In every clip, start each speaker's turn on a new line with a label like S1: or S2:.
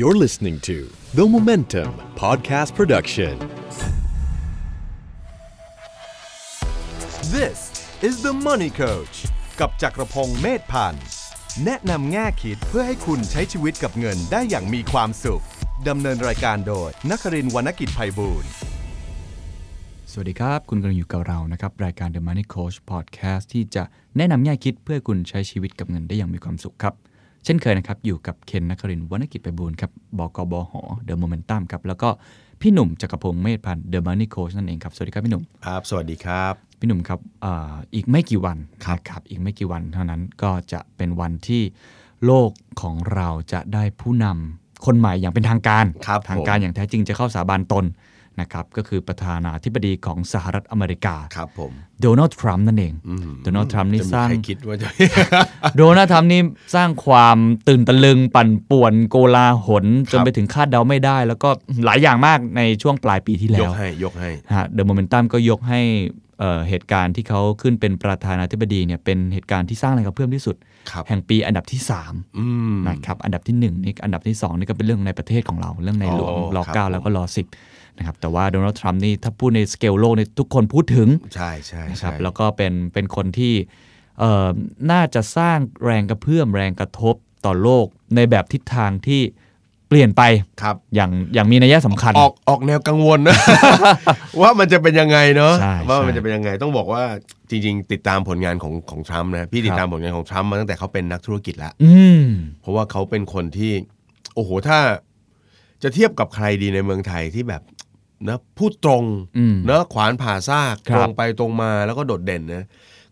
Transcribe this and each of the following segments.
S1: You're listening to The Momentum Podcast Production.
S2: This is the Money Coach กับจักรพงศ์เมธพันธ์ แนะนำแง่คิดเพื่อให้คุณใช้ชีวิตกับเงินได้อย่างมีความสุข ดำเนินรายการโดยนักรินทร์วรรณกิจไพบูลย์
S3: สวัสดีครับ คุณกำลังอยู่กับเรานะครับ รายการ The Money Coach Podcast ที่จะแนะนำแง่คิดเพื่อให้คุณใช้ชีวิตกับเงินได้อย่างมีความสุขครับ เช่นเคยนะครับ อยู่กับเคนนักครินทร์วรรณกิจไปบูลย์ครับบกบห The Momentum ครับ แล้วก็พี่หนุ่มจักรพงศ์เมธพันธ์ The Money Coach นั่นเองครับ สวัสดีครับพี่หนุ่ม
S4: ครับ สวัสดีครับ
S3: พี่หนุ่มครับเอออีกไม่กี่วันครับรบอีกไม่กี่วันเท่านั้นก็จะเป็นวันที่โลกของเราจะได้ผู้นำคนใหม่อย่างเป็นทางการ
S4: ครับ
S3: ทางการ
S4: ผม
S3: อย่างแท้จริงจะเข้าสาบานตนนะครับ ก็คือประธานาธิบดีของสหรัฐอเมริกา
S4: ครับผม
S3: โดนัลด์ทรัมป์นั่นเองโดนัลด์ทรัมป์นี่
S4: จะมี
S3: สร้าง
S4: ใครคิดว่าจะ
S3: โดนัลด์ทรัมป์นี่สร้างความตื่นตะลึง ปั่นป่วนโกลาหลจน
S4: ครับ
S3: ไปถึงคาดเดาไม่ได้ แล้วก็หลายอย่างมากในช่วงปลายปีที่
S4: ย
S3: แล้
S4: ก
S3: ว
S4: ให้ยกให้
S3: ฮะเดอะโมเมนตัมก็ยกให้เอ่อเหตุการณ์ที่เขาขึ้นเป็นประธานาธิบดีเนี่ยเป็นเหตุการณ์ที่สร้างแรงกระเพื่อมที่สุด
S4: ครับ
S3: แห่งปีอันดับที่
S4: อืม
S3: 3นะครับอันดับที่ 1 นี่อันดับที่ 2 นี่ก็เป็นเรื่องในประเทศของเรา เรื่องในหลวง
S4: อ๋อ
S3: รอ
S4: ครับ
S3: เก้า
S4: ผม
S3: แล้วก็รอสิบนะครับแต่ว่าโดนัลด์ทรัมป์นี่ถ้าพูดในสเกลโลกเนี่ยทุกคนพูดถึง
S4: ใช่ใช่
S3: นะค
S4: ใช่
S3: รับแล้วก็เป็นเป็นคนที่เอ่อน่าจะสร้างแรงกระเพื่อมแรงกระทบต่อโลกในแบบทิศทางที่เปลี่ยนไป
S4: ครับ
S3: อย่างอย่างมีนัยสำคัญ
S4: ออกออกแนวกังวลนะ ว่ามันจะเป็นยังไงเนาะ
S3: ใช่
S4: ว่ามัน
S3: ใช่
S4: จะเป็นยังไงต้องบอกว่าจริง ๆ ติดตามผลงานของของทรัมป์นะพี่ติด
S3: ครับ
S4: ตามผลงานของทรัมป์มาตั้งแต่เขาเป็นนักธุรกิจแล้ว
S3: อืม
S4: เพราะว่าเขาเป็นคนที่ โอ้โหถ้า จะเทียบกับใครดีในเมืองไทยที่แบบนะพูดตรง
S3: อืม
S4: นะขวานผ่าซาก
S3: ครั
S4: ต
S3: บ
S4: รงไปตรงมาแล้วก็โดดเด่นนะ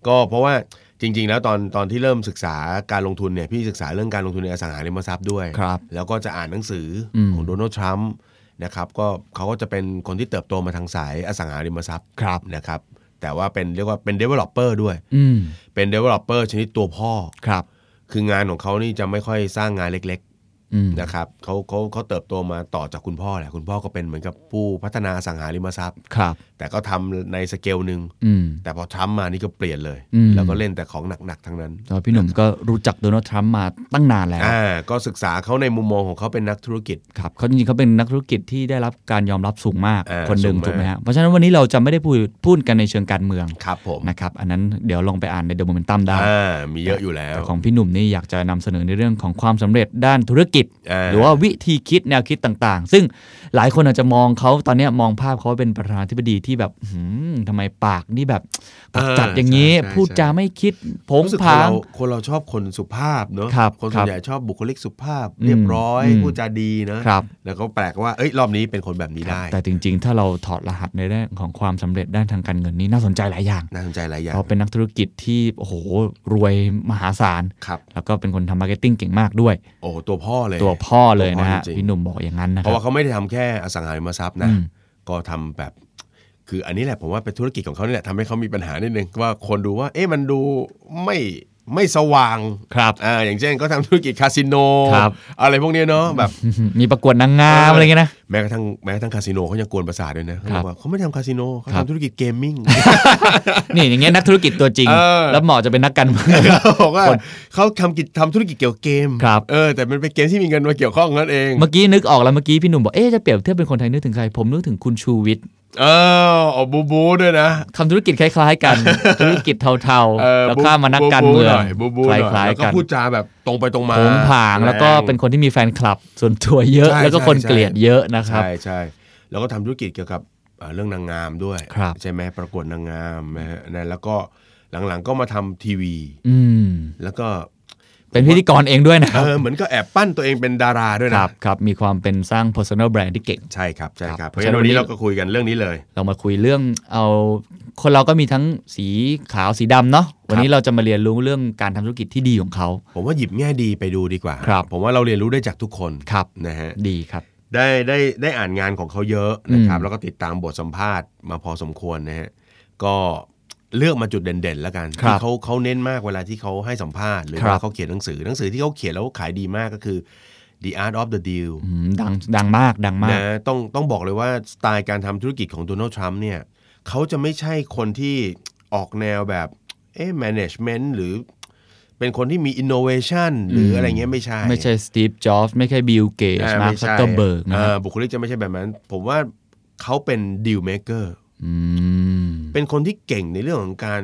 S4: ก็เพราะว่าจริง ๆ แล้วตอนตอนที่เริ่มศึกษาการลงทุนเนี่ยพี่ศึกษาเรื่องการลงทุนในอสังหาริมทรัพย์ด้วย
S3: ครับ
S4: แล้วก็จะอ่านหนังสืออ
S3: ม
S4: ของโดนัลด์ทรัมป์นะครับก็เขาก็จะเป็นคนที่เติบโตมาทางสายอสังหาริมทรัพย์
S3: ครับ
S4: นะครับ แต่ว่าเป็นเรียกว่าเป็น developer ด้วย
S3: อืม
S4: เป็น developer ชนิดตัวพ่อ
S3: ครับ
S4: คืองานของเขานี่จะไม่ค่อยสร้างงานเล็ก ๆ
S3: อืม
S4: นะครับเขาเขาเขาเติบโตมาต่อจากคุณพ่อแหละ คุณพ่อก็เป็นเหมือนกับผู้พัฒนาอสังหาริมทรัพย์
S3: ครับ
S4: แต่ก็ทำในสเกลหนึ่ง
S3: อืม
S4: แต่พอทรัมป์มานี่ก็เปลี่ยนเลย
S3: อืม
S4: แล้วก็เล่นแต่ของหนัก ๆ ทั้งนั้น
S3: แต่ว่าพี่หนุ่มก็รู้จักโดนัลด์ทรัมป์มาตั้งนานแล้ว
S4: อ่าก็ศึกษาเขาในมุมมองของเขาเป็นนักธุรกิจ
S3: ครับเขาจริงๆเขาเป็นนักธุรกิจที่ได้รับการยอมรับสูงมาก
S4: เออ
S3: คนหนึ่งถู
S4: สูงมาก
S3: กไหมฮะ เพราะฉะนั้นวันนี้เราจะไม่ได้พูดพูดกันในเชิงการเมือง
S4: ครับผม
S3: นะครับ อันนั้นเดี๋ยวลองไปอ่านในเดอะโมเมนตัมได้
S4: อ่ามีเยอะอยู่แล้ว
S3: แต่ของพี่หนุ่มนี่อยากจะนำเสนอในเรื่องของความสำเร็จด้านธุรกิจ
S4: เออ
S3: หรือว่าวิธีคิดแนวคิดต่างๆ ซึ่งหลายคนอาจจะมองเขาตอนเนี้ยมองภาพเขาเป็นประธานาธิบดีที่แบบหืมทำไมปากนี่แบบปากจัดอย่างนี้
S4: เออใช่ใช่
S3: พูดจาไม่คิดโผง
S4: รู้สึก
S3: ผา
S4: ค
S3: ง
S4: นเราคนเราชอบคนสุภาพเนอะ
S3: ครับ
S4: คนส่ว
S3: ครั
S4: น
S3: บ
S4: ใหญ่ชอบบุคลิกสุภาพ
S3: อืม
S4: เรียบร้อย
S3: อืม
S4: พูดจาดีนะครับ แล้วก็แปลกว่าเอ้ยรอบนี้เป็นคนแบบนี้ได้
S3: แต่จริง ๆ ถ้าเราถอดรหัสในเรื่องของความสำเร็จด้านทางการเงินนี่น่าสนใจหลายอย่าง
S4: น่าสนใจหลายอย่าง
S3: เขาเป็นนักธุรกิจที่โอ้โหรวยมหาศาล
S4: ครับ
S3: แล้วก็เป็นคนทำมาร์เก็ตติ้งเก่งมากด้วย
S4: โอ้ตัวพ่อเลย
S3: ตัวพ่อเลยนะฮะ
S4: ตัวพ่อจริงๆ
S3: พี่หนุ่มบอกอย่างนั้นนะ
S4: เพ
S3: ครั
S4: ราะ
S3: บ
S4: ว่าเขาไม่ได้ทำแค่อสังหาริมทรัพย์นะ
S3: อืม
S4: ก็ทำแบบ คืออันนี้แหละผมว่าเป็นธุรกิจของเขานี่แหละทำให้เขามีปัญหานิดนึงว่าคนดูว่า เอ๊ะมันดูไม่ไม่สว่าง
S3: ครับ
S4: อ่าอย่างเช่นเขาทำธุรกิจคาสิโน
S3: ครับ
S4: อะไรพวกเนี้ยเนาะแบบ
S3: มีประกวดนางงาม
S4: เอออ
S3: อะไรเงี้ยนะ
S4: แม้กระทั่งแม้กระทั่งคาสิโนเขายังกวนประสาทด้วยนะเขา
S3: ครับ
S4: บอกว่าเขาไม่ทำคาสิโนเขา
S3: ครับ
S4: ทำธุรกิจเกมมิ่ง
S3: นี่อย่างเงี้ยนักธุรกิจตัวจริง
S4: เออ
S3: แล้วเหมาะจะเป็นนักการเมือง
S4: เขาบอกว่า
S3: คน
S4: เขาทำกิจทำธุรกิจเกี่ยวกับเกม
S3: ครับ
S4: เออแต่มันเป็นเกมที่มีเงินมาเกี่ยวข้องนั่นเอง
S3: เมื่อกี้นึกออกแล้วเมื่อกี้พี่หนุ่มบอกเอ๊ะจะเปรียบเทียบเป็นคนไทยนึกถึงใคร ผมนึกถึงคุณชูวิทย์
S4: เออออกบูบูด้วยนะ
S3: ทำธุรกิจคล้าย ๆ กัน ธุรกิจเทา
S4: เออ
S3: ๆแล้วข้ามมานัก
S4: บู๊
S3: การเมือง
S4: บู๊หน่ยบู๊บู๊
S3: ค
S4: ห
S3: ล
S4: น่อย้
S3: าย
S4: แล้ว
S3: ๆ
S4: ก็
S3: กัน
S4: พูดจาแบบตรงไปตรงมา
S3: โผงผางแล้วก็เป็นคนที่มีแฟนคลับ ส่วนตัวเยอะ
S4: ใช่
S3: แล้วก็คนเกลียดเยอะนะครับ
S4: ใช่ใช่แล้วก็ทำธุรกิจเกี่ยวกับเอ่อเรื่องนางงามด้วย
S3: ครับ
S4: ใช่ไหมประกวดนางงามนะฮะนะแล้วก็หลังๆก็มาทำทีวี
S3: อืม
S4: แล้วก็
S3: เป็นพิธีกรเองด้วยนะค
S4: เอ
S3: รับ
S4: อเหมือนก็แอบปั้นตัวเองเป็นดาราด้วย
S3: ครั
S4: นะ
S3: บครับมีความเป็นสร้าง personal brand ที่เก่ง
S4: ใช่ครับใช่ค
S3: ครั
S4: รั
S3: บบ
S4: เพราะฉะนั้นวัน
S3: เพ
S4: นี้
S3: ราะฉะนั้น
S4: เราก็คุยกันเรื่องนี้เลย
S3: เรามาคุยเรื่องเอาคนเราก็มีทั้งสีขาวสีดำเนาะวันนี้เราจะมาเรียนรู้เรื่องการทำธุรกิจที่ดีของเขา
S4: ผมว่าหยิบแง่ดีไปดูดีกว่า
S3: ครับ
S4: ผมว่าเราเรียนรู้ได้จากทุกคน
S3: ครับ
S4: นะฮะ
S3: ดีครับ
S4: ได้ได้ได้อ่านงานของเขาเยอะนะครับ
S3: อืม
S4: แล้วก็ติดตามบทสัมภาษณ์มาพอสมควรนะฮะก็เลือกมาจุดเด่นๆแล้วกัน
S3: ครับ
S4: ที่เขาเขาเน้นมากเวลาที่เขาให้สัมภาษณ์หรือ
S3: ครับ
S4: ว่าเขาเขียนหนังสือหนังสือที่เขาเขียนแล้วขายดีมากก็คือ The Art of the Deal
S3: อืมดังดังมากดังมาก
S4: นะต้องต้องบอกเลยว่าสไตล์การทำธุรกิจของโดนัลด์ทรัมป์เนี่ยเขาจะไม่ใช่คนที่ออกแนวแบบเอ๊ะ management หรือ เป็นคนที่มีอินโนเวชันหรืออะไรเงี้ยไม่ใช่
S3: ไม่ใช่สตีฟจ็อบส์ไม่ใช่บิลเกต
S4: อ่า
S3: มาร์ค
S4: ไม่
S3: ซั
S4: ใช่
S3: กเกอร์เบิร์กนะค
S4: อ่า
S3: รับ
S4: บุคลิกจะไม่ใช่แบบนั้น ผมว่าเขาเป็นดีลเมเกอร์
S3: อืม
S4: เป็นคนที่เก่งในเรื่องของการ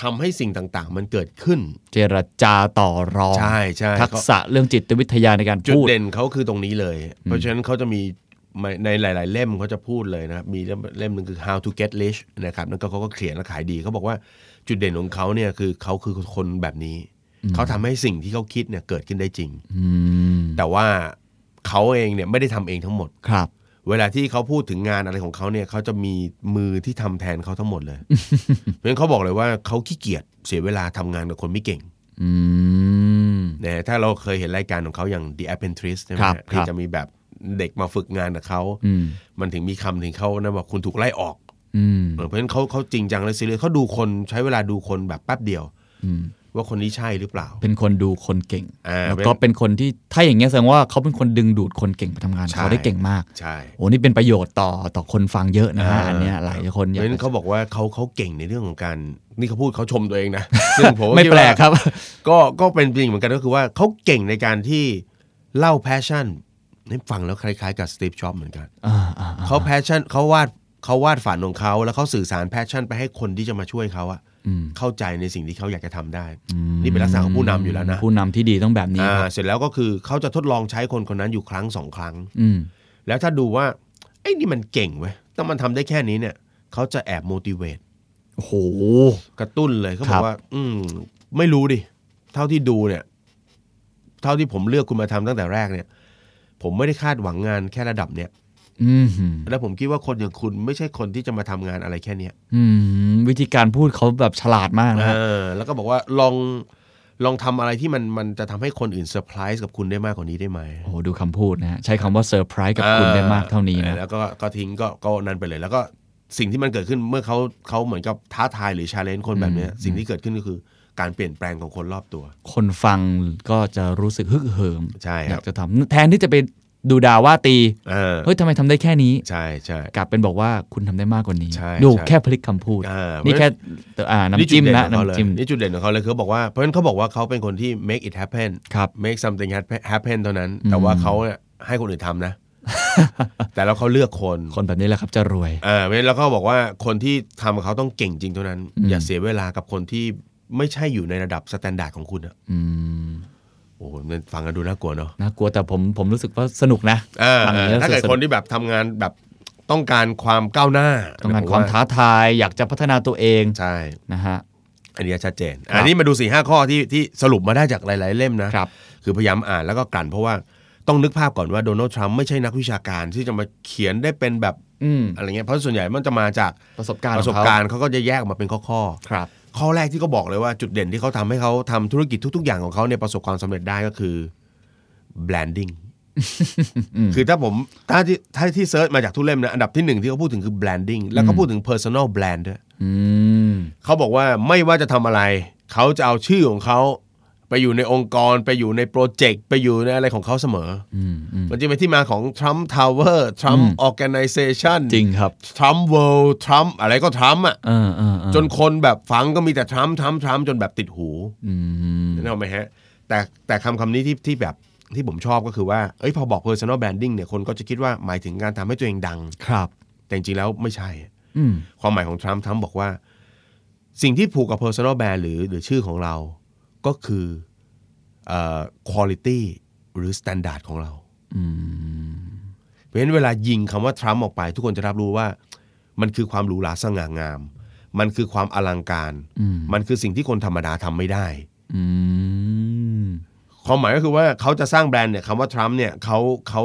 S4: ทำให้สิ่งต่างๆ มันเกิดขึ้น
S3: เจรจาต่อรอง
S4: ใช่ใช่
S3: ทัก
S4: เขา
S3: ษะเรื่องจิตวิทยาในการ
S4: จุด
S3: พูด
S4: เด่นเขาคือตรงนี้เลย เพราะฉะนั้นเขาจะมีในหลาย ๆ เล่มเขาจะพูดเลยนะครับ มีเล่มเล่มหนึ่งคือ how to get rich นะครับนั่นก็เขาก็เขียนและขายดี เขาบอกว่าจุดเด่นของเขาเนี่ยคือเขาคือคนแบบนี้ เขาทำให้สิ่งที่เขาคิดเนี่ยเกิดขึ้นได้จริง
S3: อืม
S4: แต่ว่าเขาเองเนี่ยไม่ได้ทำเองทั้งหมด
S3: ครับ
S4: เวลาที่เขาพูดถึงงานอะไรของเขาเนี่ยเขาจะมีมือที่ทำแทนเขาทั้งหมด เลย เพราะฉะนั้นเขาบอกเลยว่าเขาขี้เกียจเสียเวลาทำงานกับคนไม่เก่ง
S3: อืม
S4: นะถ้าเราเคยเห็นรายการของเขาอย่าง The Apprentice ใช่ไหม
S3: ครับ
S4: ฮะ
S3: ครั
S4: ที่
S3: บ
S4: จะมีแบบเด็กมาฝึกงานกับเขา
S3: อืม
S4: มันถึงมีคำถึงเขานะบอกคุณถูกไล่ออก
S3: อืม
S4: เพราะฉะนั้นเขาเขาจริงจังและซีเรียสเขาดูคนใช้เวลาดูคนแบบแป๊บเดียว
S3: อืม
S4: ว่าคนนี้ใช่หรือเปล่า
S3: เป็นคนดูคนเก่ง
S4: อ่า
S3: แล้วก็เป็นคนที่ถ้าอย่างเงี้ยแสดงว่าเขาเป็นคนดึงดูดคนเก่งมาทำงาน
S4: ใช่
S3: เขาได้เก่งมาก
S4: ใช่
S3: โอ้นี่เป็นประโยชน์ต่อต่อคนฟังเยอะนะฮะอันเนี้ยหลายคนอ
S4: เพ
S3: ยา
S4: ราะ
S3: ก
S4: ฉะนั้น
S3: จะ
S4: เขาบอกว่าเขาเขาเก่งในเรื่องของการนี่เขาพูดเขาชมตัวเองนะ ซึ่งผม
S3: ไม่
S4: คิด
S3: แปล
S4: ว่าก
S3: ครับ
S4: ก็ก็เป็นจริงเหมือนกันก็คือว่าเขาเก่งในการที่เล่าแพชชั่นนี่ฟังแล้วคล้ายๆกับสตีฟจ็อบส์เหมือนกัน
S3: อ่าอ่าอ่า
S4: เขาแพชชั่นเขาวาดเขาวาดฝันของเขา แล้วเขาสื่อสารแพชชั่นไปให้คนที่จะมาช่วยเขาอะ
S3: อืม
S4: เข้าใจในสิ่งที่เขาอยากจะทำได้ นี่เป็นลักษณะของผู้นำอยู่แล้วนะ
S3: ผู้นำที่ดีต้องแบบนี้
S4: อ่า
S3: ครับ
S4: เสร็จแล้วก็คือเขาจะทดลองใช้คนคนนั้นอยู่ครั้งสองครั้ง
S3: อืม
S4: แล้วถ้าดูว่าไอ้ยนี่มันเก่งเว้ยแต่มันทำได้แค่นี้เนี่ยเขาจะแอบ motivate
S3: โอ้โห
S4: กระตุ้นเลยเขาบ
S3: ครั
S4: อบ กว่า อืมไม่รู้ดิ เท่าที่ดูเนี่ย เท่าที่ผมเลือกคุณมาทำตั้งแต่แรกเนี่ย ผมไม่ได้คาดหวังงานแค่ระดับเนี่ย
S3: อืม
S4: และผมคิดว่าคนอย่างคุณไม่ใช่คนที่จะมาทำงานอะไรแค่เนี้ย
S3: อืมวิธีการพูดเขาแบบฉลาดมากนะฮะ
S4: เออแล้วก็บอกว่าลองลองทำอะไรที่มันมันจะทำให้คนอื่นเซอร์ไพรส์กับคุณได้มากกว่านี้ได้ไหม
S3: โอ้โหดูคำพูดนะฮะใช้คำว่าเซอร์ไพรส์กับคุณได้มากเท่านี้
S4: อ
S3: นะ
S4: อแล้วก็ก็ทิ้งก็ก็นั่นไปเลย แล้วก็สิ่งที่มันเกิดขึ้นเมื่อเขาเขาเหมือนกับท้าทายหรือชาเลนจ์คนแบบเนี้ย
S3: อืม
S4: สิ่งที่เกิดขึ้นก็คือการเปลี่ยนแปลงของคนรอบตัว
S3: คนฟังก็จะรู้สึกฮึกเหิม
S4: ใช่
S3: อ
S4: ค
S3: ยา
S4: รับ
S3: กจะทำแทนที่จะไปดูด่าว่าตี
S4: เออ
S3: เฮ้ยทำไมทำได้แค่นี้
S4: ใช่ใช่
S3: กลับเป็นบอกว่าคุณทำได้มากกว่านี้
S4: ใช่
S3: ดู
S4: ใช่
S3: แค่พลิกคำพูด
S4: อ่านี่
S3: นี่แค่อ่าน้ำจิ้มนะน้ำจิ้ม
S4: นี่จุดเด่นของเขาเลยคือเขาบอกว่าเพราะฉะนั้นเขาบอกว่าเขาเป็นคนที่ make it happen
S3: ครับ
S4: make something happen- happen เท่านั้น แต่ว่าเขาเนี่ยให้คนอื่นทำ นะ แต่แล้วเขาเลือกคน
S3: คนแบบนี้แหละครับจะรวย
S4: เออเว้นแล้วก็บอกว่าคนที่ทำกับเขาต้องเก่งจริงเท่านั้น
S3: อืม
S4: อย่าเสียเวลากับคนที่ไม่ใช่อยู่ในระดับสแตนดาร์ดของคุณอะ
S3: อืม
S4: โอ้โหมันฟังกันดูน่ากลัวเนาะ
S3: น่ากลัวแต่ผมผมรู้สึกว่าสนุกนะ
S4: เออ
S3: ฟัง
S4: เอ
S3: อย่ง
S4: อ
S3: นี้แล้ว
S4: ถ้าเกิด
S3: สก
S4: คนที่แบบทำงานแบบต้องการความก้าวหน้า
S3: ต้องการความท้าทายอยากจะพัฒนาตัวเอง
S4: ใช่
S3: นะฮะ
S4: อันนี้ชัดเจน
S3: ครับ
S4: อันนี้มาดู4ีห้าข้อที่ที่สรุปมาได้จากหลาย ๆ เล่มนะ
S3: ครับ
S4: คือพยายามอ่านแล้วก็กลั่นเพราะว่าต้องนึกภาพก่อนว่าโดนัลด์ทรัมป์ไม่ใช่นักวิชาการที่จะมาเขียนได้เป็นแบบ
S3: อืม
S4: อะไรเงี้ยเพราะส่วนใหญ่มันจะมาจาก
S3: ประสบการณ์
S4: ประสบ
S3: ของเข
S4: การณ์เขาก็จะแยกออกมาเป็นข้อๆ
S3: ครับ
S4: ข้อแรกที่เขาบอกเลยว่าจุดเด่นที่เขาทำให้เขาทำธุรกิจทุก ๆ อย่างของเขาเนี่ยประสบความสำเร็จได้ก็คือ branding คือถ้าผมถ้าที่ถ้าที่เซิร์ชมาจากทุกเล่มนะอันดับที่หนึ่งที่เขาพูดถึงคือ branding แล้วก็พูดถึง personal brand ด้วย
S3: อืม
S4: เขาบอกว่าไม่ว่าจะทำอะไร เขาจะเอาชื่อของเขา ไปอยู่ในองค์กร ไปอยู่ในโปรเจกต์ไปอยู่ในอะไรของเขาเสมอ
S3: อืมอืม
S4: มันจะเป็นที่มาของ Trump Tower Trump Organization
S3: จริงครับ
S4: Trump World Trump อะไรก็ Trump อ่ะ
S3: เออเออเออ
S4: จนคนแบบฟังก็มีแต่ Trump Trump Trump จนแบบติดหู
S3: อืม
S4: นึกออกไหมฮะแต่แต่คำคำนี้ที่ที่แบบที่ผมชอบก็คือว่า เอ้ยพอบอก personal branding เนี่ยคนก็จะคิดว่าหมายถึงการทำให้ตัวเองดัง
S3: ครับ
S4: แต่จริงๆแล้วไม่ใช่
S3: อืม
S4: ความหมายของทรัมป์ทรัมป์บอกว่า สิ่งที่ผูกกับ personal brand หรือหรือชื่อของเราก็คือเอ่อ quality หรือ standard ของเรา
S3: อืม
S4: เพราะฉะนั้นเวลายิงคำว่าทรัมป์ออกไป ทุกคนจะรับรู้ว่า มันคือความหรูหราสง่างาม มันคือความอลังการ
S3: อืม
S4: มันคือสิ่งที่คนธรรมดาทำไม่ได้
S3: อืม
S4: ความหมายก็คือว่าเขาจะสร้างแบรนด์เนี่ยคำว่าทรัมป์เนี่ยเขาเขา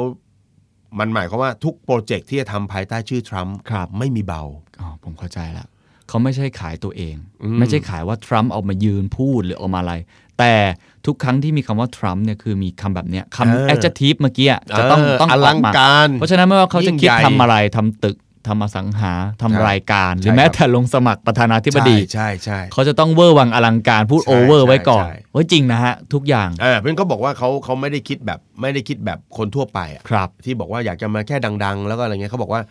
S4: มันหมายความว่าทุกโปรเจกต์ที่จะทำภายใต้ชื่อทรัมป์
S3: ครับ
S4: ไม่มีเบา
S3: อ๋อผมเข้าใจละเขาไม่ใช่ขายตัวเอง
S4: อืม
S3: ไม่ใช่ขายว่าทรัมป์ออกมายืนพูดหรือออกมาอะไร แต่ทุกครั้งที่มีคำว่าทรัมป์เนี่ยคือมีคำแบบเนี้ยคำ adjective เมื่อกี้อะจะต้องต้อง
S4: เอลัง
S3: ม
S4: การ
S3: เพราะฉะนั้นไม่ว่าเขาจะคิด
S4: ยิ่งใหญ่
S3: ทำอะไรทำตึกทำอสังหาทำรายการ หรือ
S4: ใช่
S3: แม้
S4: ครับ
S3: แต่ลงสมัครประธานาธิบดี
S4: ใช่ใช่
S3: เขาจะต้องเวอร์วังอลังการพูด
S4: ใช่
S3: โอเวอร์ไว้ก่อน
S4: ใช่ใช่
S3: เว้ยจริงนะฮะ ทุกอย่าง
S4: เออเพราะฉะนั้นเขาบอกว่าเขาเขาไม่ได้คิดแบบไม่ได้คิดแบบคนทั่วไปอะ
S3: ครับ
S4: ที่บอกว่าอยากจะมาแค่ดัง ๆ แล้วก็อะไรเงี้ยเขาบอกว่า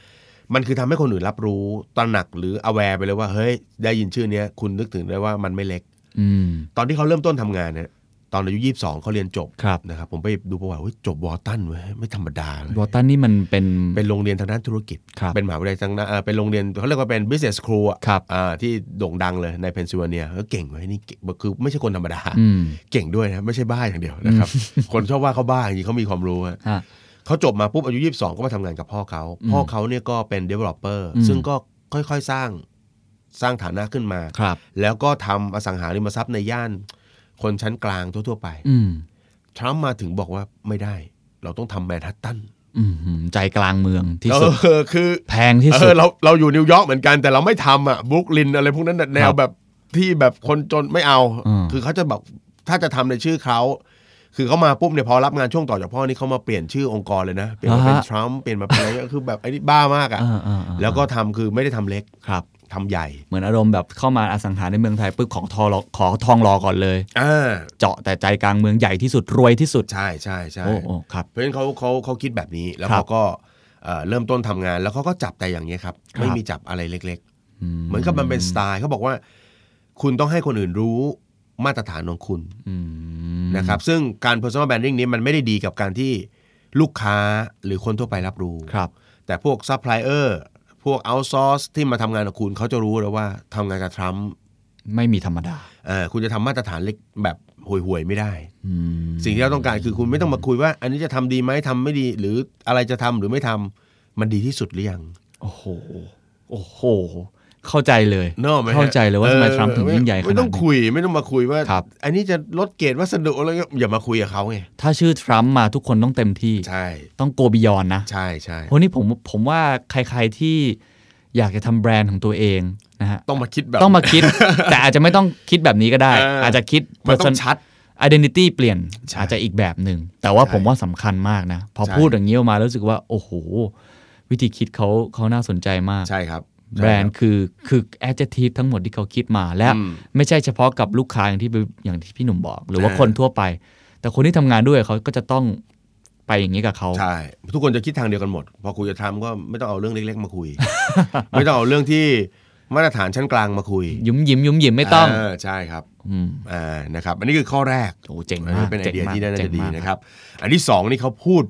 S4: มันคือทำให้คนอื่นรับรู้ตระหนักหรือ aware ไปเลยว่าเฮ้ยได้ยินชื่อเนี้ยคุณนึกถึงเลยว่ามันไม่เล็ก
S3: อืม
S4: ตอนที่เขาเริ่มต้นทำงานเนี่ยตอนอายุยี่สิบสองเขาเรียนจบ
S3: ครับ
S4: นะครับผมไปดูประวัติเฮ้ยจบวอตันเว้ยไม่ธรรมดาเลยว
S3: อตันนี่มันเป็น
S4: เป็นโรงเรียนทางด้านธุรกิจ
S3: ครับ
S4: เป็นมหาวิทยาลัยทางด้านเอ่อเป็นโรงเรียนเขาเรียกว่าเป็น business school อะ
S3: ครับ
S4: อ่าที่โด่งดังเลยในเพนซิลเวเนียก็เก่งเว้ยนี่เก่งคือไม่ใช่คนธรรมดา
S3: อืม
S4: เก่งด้วยนะไม่ใช่บ้าอย่างเดียว นะครับ คนชอบว่าเขาบ้าอย่างนี้เขามีความรู้ฮะ
S3: ฮะ
S4: เขาจบมาปุ๊บอายุ 22 ก็มาทำงานกับพ่อเขา
S3: อืม
S4: พ่อเขาเนี่ยก็เป็น developer
S3: อืม
S4: ซึ่งก็ค่อยๆสร้างสร้างฐานะขึ้นมา
S3: ครับ
S4: แล้วก็ทำอสังหาริมทรัพย์ในย่าน คนชั้นกลางทั่วๆไป
S3: อืม
S4: ทรัมป์มาถึงบอกว่าไม่ได้ เราต้องทำแมนฮัตตัน
S3: อืมใจกลางเมืองที่สุด
S4: เออคือ
S3: แพงที่
S4: เอ
S3: สุ
S4: อ
S3: ด
S4: เราเราอยู่นิวยอร์กเหมือนกันแต่เราไม่ทำอ่ะบรุกลินอะไรพวกนั้นน่ะแนวแบบที่แบบคนจนไม่เอา
S3: อืม
S4: คือเขาจะบอกถ้าจะทำในชื่อเขาคือเขามาปุ๊บเนี่ยพอรับงานช่วงต่อจากพ่อนี่เขามาเปลี่ยนชื่อองค์กรเลยนะ เปลี่ยนมาเป็นทรัมป์เปลี่ยนมาเป็นอะไรก็คือแบบไอ้นี่บ้ามากอ่ะ
S3: อ่าอ่าอ่า
S4: แล้วก็ทำคือไม่ได้ทำเล็ก
S3: ครับ
S4: ทำใหญ่
S3: เหมือนอารมณ์แบบเข้ามาอสังหาในเมืองไทยปุ๊บของทอรอขอทองรอก่อนเลย
S4: อ่า
S3: เจาะแต่ใจกลางเมืองใหญ่ที่สุดรวยที่สุด
S4: ใช่ใช่ใช่
S3: โอ้โอ้ครับ
S4: เพราะฉะนั้นเขาเขาเขาคิดแบบนี้แล้ว
S3: ครับ
S4: เขาก็เอ่อเริ่มต้นทำงานแล้วเขาก็จับแต่อย่างนี้ยครับ
S3: ครับ
S4: ไม่มีจับอะไรเล็ก ๆ เหมือนกับมันเป็นสไตล์เขาบอกว่า คุณต้องให้คนอื่นรู้มาตรฐานของคุณ
S3: อืม
S4: นะครับ ซึ่งการ personal branding นี้มันไม่ได้ดีกับการที่ลูกค้าหรือคนทั่วไปรับรู้
S3: ครับ
S4: แต่พวกซัพพลายเออร์พวก outsource ที่มาทำงานกับคุณเขาจะรู้แล้วว่าทำงานกับทรัมป์
S3: ไม่มีธรรมดา
S4: เอ่อคุณจะทำมาตรฐานเล็กแบบห่วยๆไม่ได้
S3: อืม
S4: สิ่งที่เราต้องการคือคุณไม่ต้องมาคุยว่า อันนี้จะทำดีไหมทำไม่ดี หรืออะไรจะทำหรือไม่ทำมันดีที่สุดหรือยัง
S3: โอ้โหโอ้โห เข้าใจเลย
S4: นอกไหมฮะ
S3: เข้าใจเลยว่าทำไม
S4: ออ
S3: ทรัมป์ถึงยิ่งใหญ่ขนาด
S4: ไม่ต้อง
S3: นี้
S4: คุยไม่ต้องมาคุยว่า
S3: ครับ
S4: อันนี้จะลดเกรดวัสดุอะไรเงี้ยอย่ามาคุยกับเขาไง
S3: ถ้าชื่อทรัมป์มาทุกคนต้องเต็มที่
S4: ใช่
S3: ต้องโกบิยอนนะ
S4: ใช่ใช่
S3: โอ้นี่ผมผมว่าใครๆที่อยากจะทำแบรนด์ของตัวเองนะฮะ
S4: ต้องมาคิดแบบ
S3: ต้องมา คิด แต่อาจจะไม่ต้องคิดแบบนี้ก็ได้
S4: เอออ
S3: อาจจะคิด
S4: มันต้อง
S3: person
S4: ชัด
S3: identity เปลี่ยน
S4: ใช่
S3: อาจจะอีกแบบหนึ่งแต่ว่า
S4: ใช่
S3: ผมว่าสำคัญมากนะ พอ
S4: ใช่
S3: พูดอย่างนี้ออกมาแล้วรู้สึกว่า โอ้โห วิธีคิดเขาเขาน่าสนใจมาก
S4: ใช่ครับ
S3: แบรนด์คือคือ adjective ทั้งหมดที่เขาคิดมาและ
S4: อืม
S3: ไม่ใช่เฉพาะกับลูกค้าอย่างที่อย่างที่พี่หนุ่มบอก หรือว่า
S4: เออ
S3: คนทั่วไป แต่คนที่ทำงานด้วยเขาก็จะต้องไปอย่างนี้กับเขา
S4: ใช่ทุกคนจะคิดทางเดียวกันหมด พอคุยกับทรัมป์ก็ไม่ต้องเอาเรื่องเล็ก ๆ มาคุ ย ไม่ต้องเอาเรื่องที่มาตรฐานชั้นกลางมาคุย
S3: ยุ้มยิ้มยุ้มยิ้มไม่ต้อง
S4: เใช่ครับ
S3: อืม
S4: อ่านะครับอันนี้คือข้อแรก
S3: โอ้เจ๋ง
S4: อัน
S3: มา
S4: นี้
S3: ก
S4: เป็นไอ
S3: จ๋ง
S4: เดีย
S3: มก
S4: ที่น่า
S3: เจ๋
S4: จะ
S3: ง
S4: ดี
S3: มาก
S4: นะครับ อันที่สองนี่เขาพูด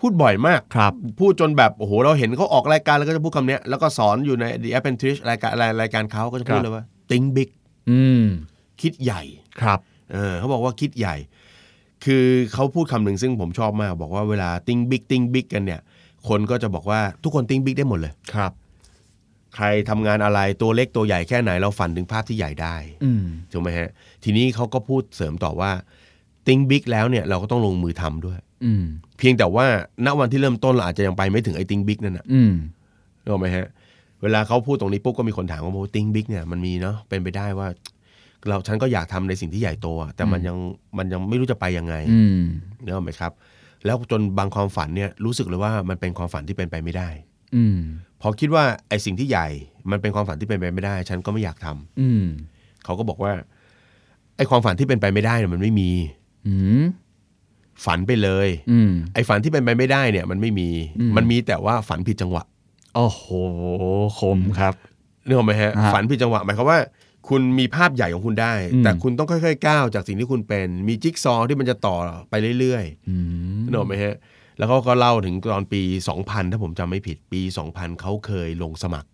S4: พูดบ่อยมาก
S3: ครับ
S4: พูดจนแบบโอ้โหเราเห็นเขาออกรายการแล้วก็จะพูดคำเนี้ยแล้วก็สอนอยู่ใน The Apprentice รายการรายรายการเขาก็จะพูดเลยว่า think big
S3: อืม
S4: คิดใหญ่
S3: ครับ
S4: เออเขาบอกว่าคิดใหญ่ คือเขาพูดคำหนึ่งซึ่งผมชอบมาก บอกว่าเวลา think big think big กันเนี่ย คนก็จะบอกว่าทุกคน think big ได้หมดเลย
S3: ครับ
S4: ใครทำงานอะไรตัวเล็กตัวใหญ่แค่ไหนเราฝันถึงภาพที่ใหญ่ได้
S3: อืม
S4: ถูกไหมฮะ ทีนี้เขาก็พูดเสริมต่อว่า think big แล้วเนี่ยเราก็ต้องลงมือทำด้วย
S3: อืม
S4: เพียงแต่ว่าณวันที่เริ่มต้นเราอาจจะยังไปไม่ถึงไอ้ติงบิ๊กนั่นนะ
S3: อืม
S4: รู้ไหมฮะ เวลาเขาพูดตรงนี้ปุ๊บก็มีคนถามว่าโอ้ติงบิ๊กเนี่ยมันมีเนาะเป็นไปได้ว่า เราฉันก็อยากทำในสิ่งที่ใหญ่โตอะแต่มันยังมันยังไม่รู้จะไปยังไง
S3: อืม
S4: เนกอะไหมครับ แล้วจนบางความฝันเนี่ยรู้สึกเลยว่ามันเป็นความฝันที่เป็นไปไม่ได้
S3: อืม
S4: พอคิดว่าไอ้สิ่งที่ใหญ่ มันเป็นความฝันที่เป็นไปไม่ได้ ฉันก็ไม่อยากทำ
S3: อืม
S4: เขาก็บอกว่าไอ้ความฝันที่เป็นไปไม่ได้เนี่ยมันไม่มี
S3: อืม
S4: ฝันไปเลย
S3: อืม
S4: ไอ้ฝันที่เป็นไปไม่ได้เนี่ยมันไม่มีมันมีแต่ว่าฝันผิดจังหวะ
S3: โอ้โหคมครับ
S4: นึกออกไหมฮะ
S3: ฮะ
S4: ฝันผิดจังหวะหมายความว่า คุณมีภาพใหญ่ของคุณได้
S3: อืม
S4: แต่คุณต้องค่อยๆก้าวจากสิ่งที่คุณเป็น มีจิ๊กซอว์ที่มันจะต่อไปเรื่อย
S3: อืม
S4: ๆนึกออกไหมฮะแล้วเขาก็เล่าถึงตอนปี 2000 ถ้าผมจำไม่ผิดปี 2000 เขาเคยลงสมัคร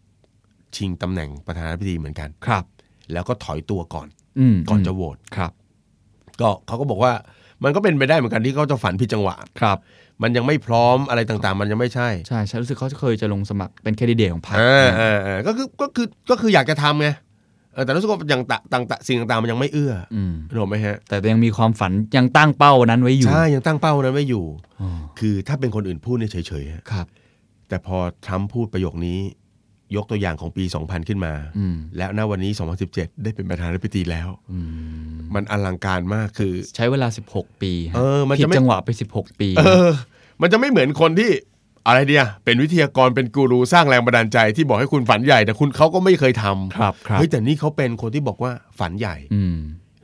S4: ชิงตำแหน่งประธานาธิบดีเหมือนกัน
S3: ครับ
S4: แล้วก็ถอยตัวก่อน
S3: อืม
S4: ก่อนจะโหวต
S3: ครับ
S4: ก็เขาก็บอกว่ามันก็เป็นไปได้เหมือนกันที่เขาจะฝันผิดจังหวะ
S3: ครับ
S4: มันยังไม่พร้อมอะไรต่างๆ มันยังไม่ใช่
S3: ใช่ฉันรู้สึกเขาเคยจะลงสมัครเป็นแคนดิเดตของพรรค
S4: เออเออเออก็คือก็คือก็คืออยากจะทำไงเออแต่รู้สึกว่าอย่างต่างๆสิ่งต่างๆ มันยังไม่เอื้อ
S3: อืม
S4: ถูกไหมฮะ
S3: แต่ยังมีความฝันยังตั้งเป้านั้นไว้อยู่
S4: ใช่ยังตั้งเป้านั้นไม่อยู่
S3: อ๋อ
S4: คือถ้าเป็นคนอื่นพูดเนี่ยเฉยๆฮะ
S3: ครับ
S4: แต่พอทรัมป์พูดประโยคนี้ ยกตัวอย่างของปี 2000 ขึ้นมา
S3: อืม
S4: แล้วณวันนี้ 2017 ได้เป็นประธานาธิบดีแล้ว
S3: อืม
S4: มันอลังการมากคือ
S3: ใช้เวลา 16 ปีฮะ
S4: เออมัน
S3: ผิด
S4: จะไม่
S3: จังหวะไป 16 ปี
S4: เออ มันจะไม่เหมือนคนที่อะไรเดียเป็นวิทยากรเป็นกูรูสร้างแรงบันดาลใจที่บอกให้คุณฝันใหญ่ แต่คุณเขาก็ไม่เคยทำ
S3: ครับครับ
S4: เฮ้ยแต่นี่เขาเป็นคนที่บอกว่าฝันใหญ่
S3: อืม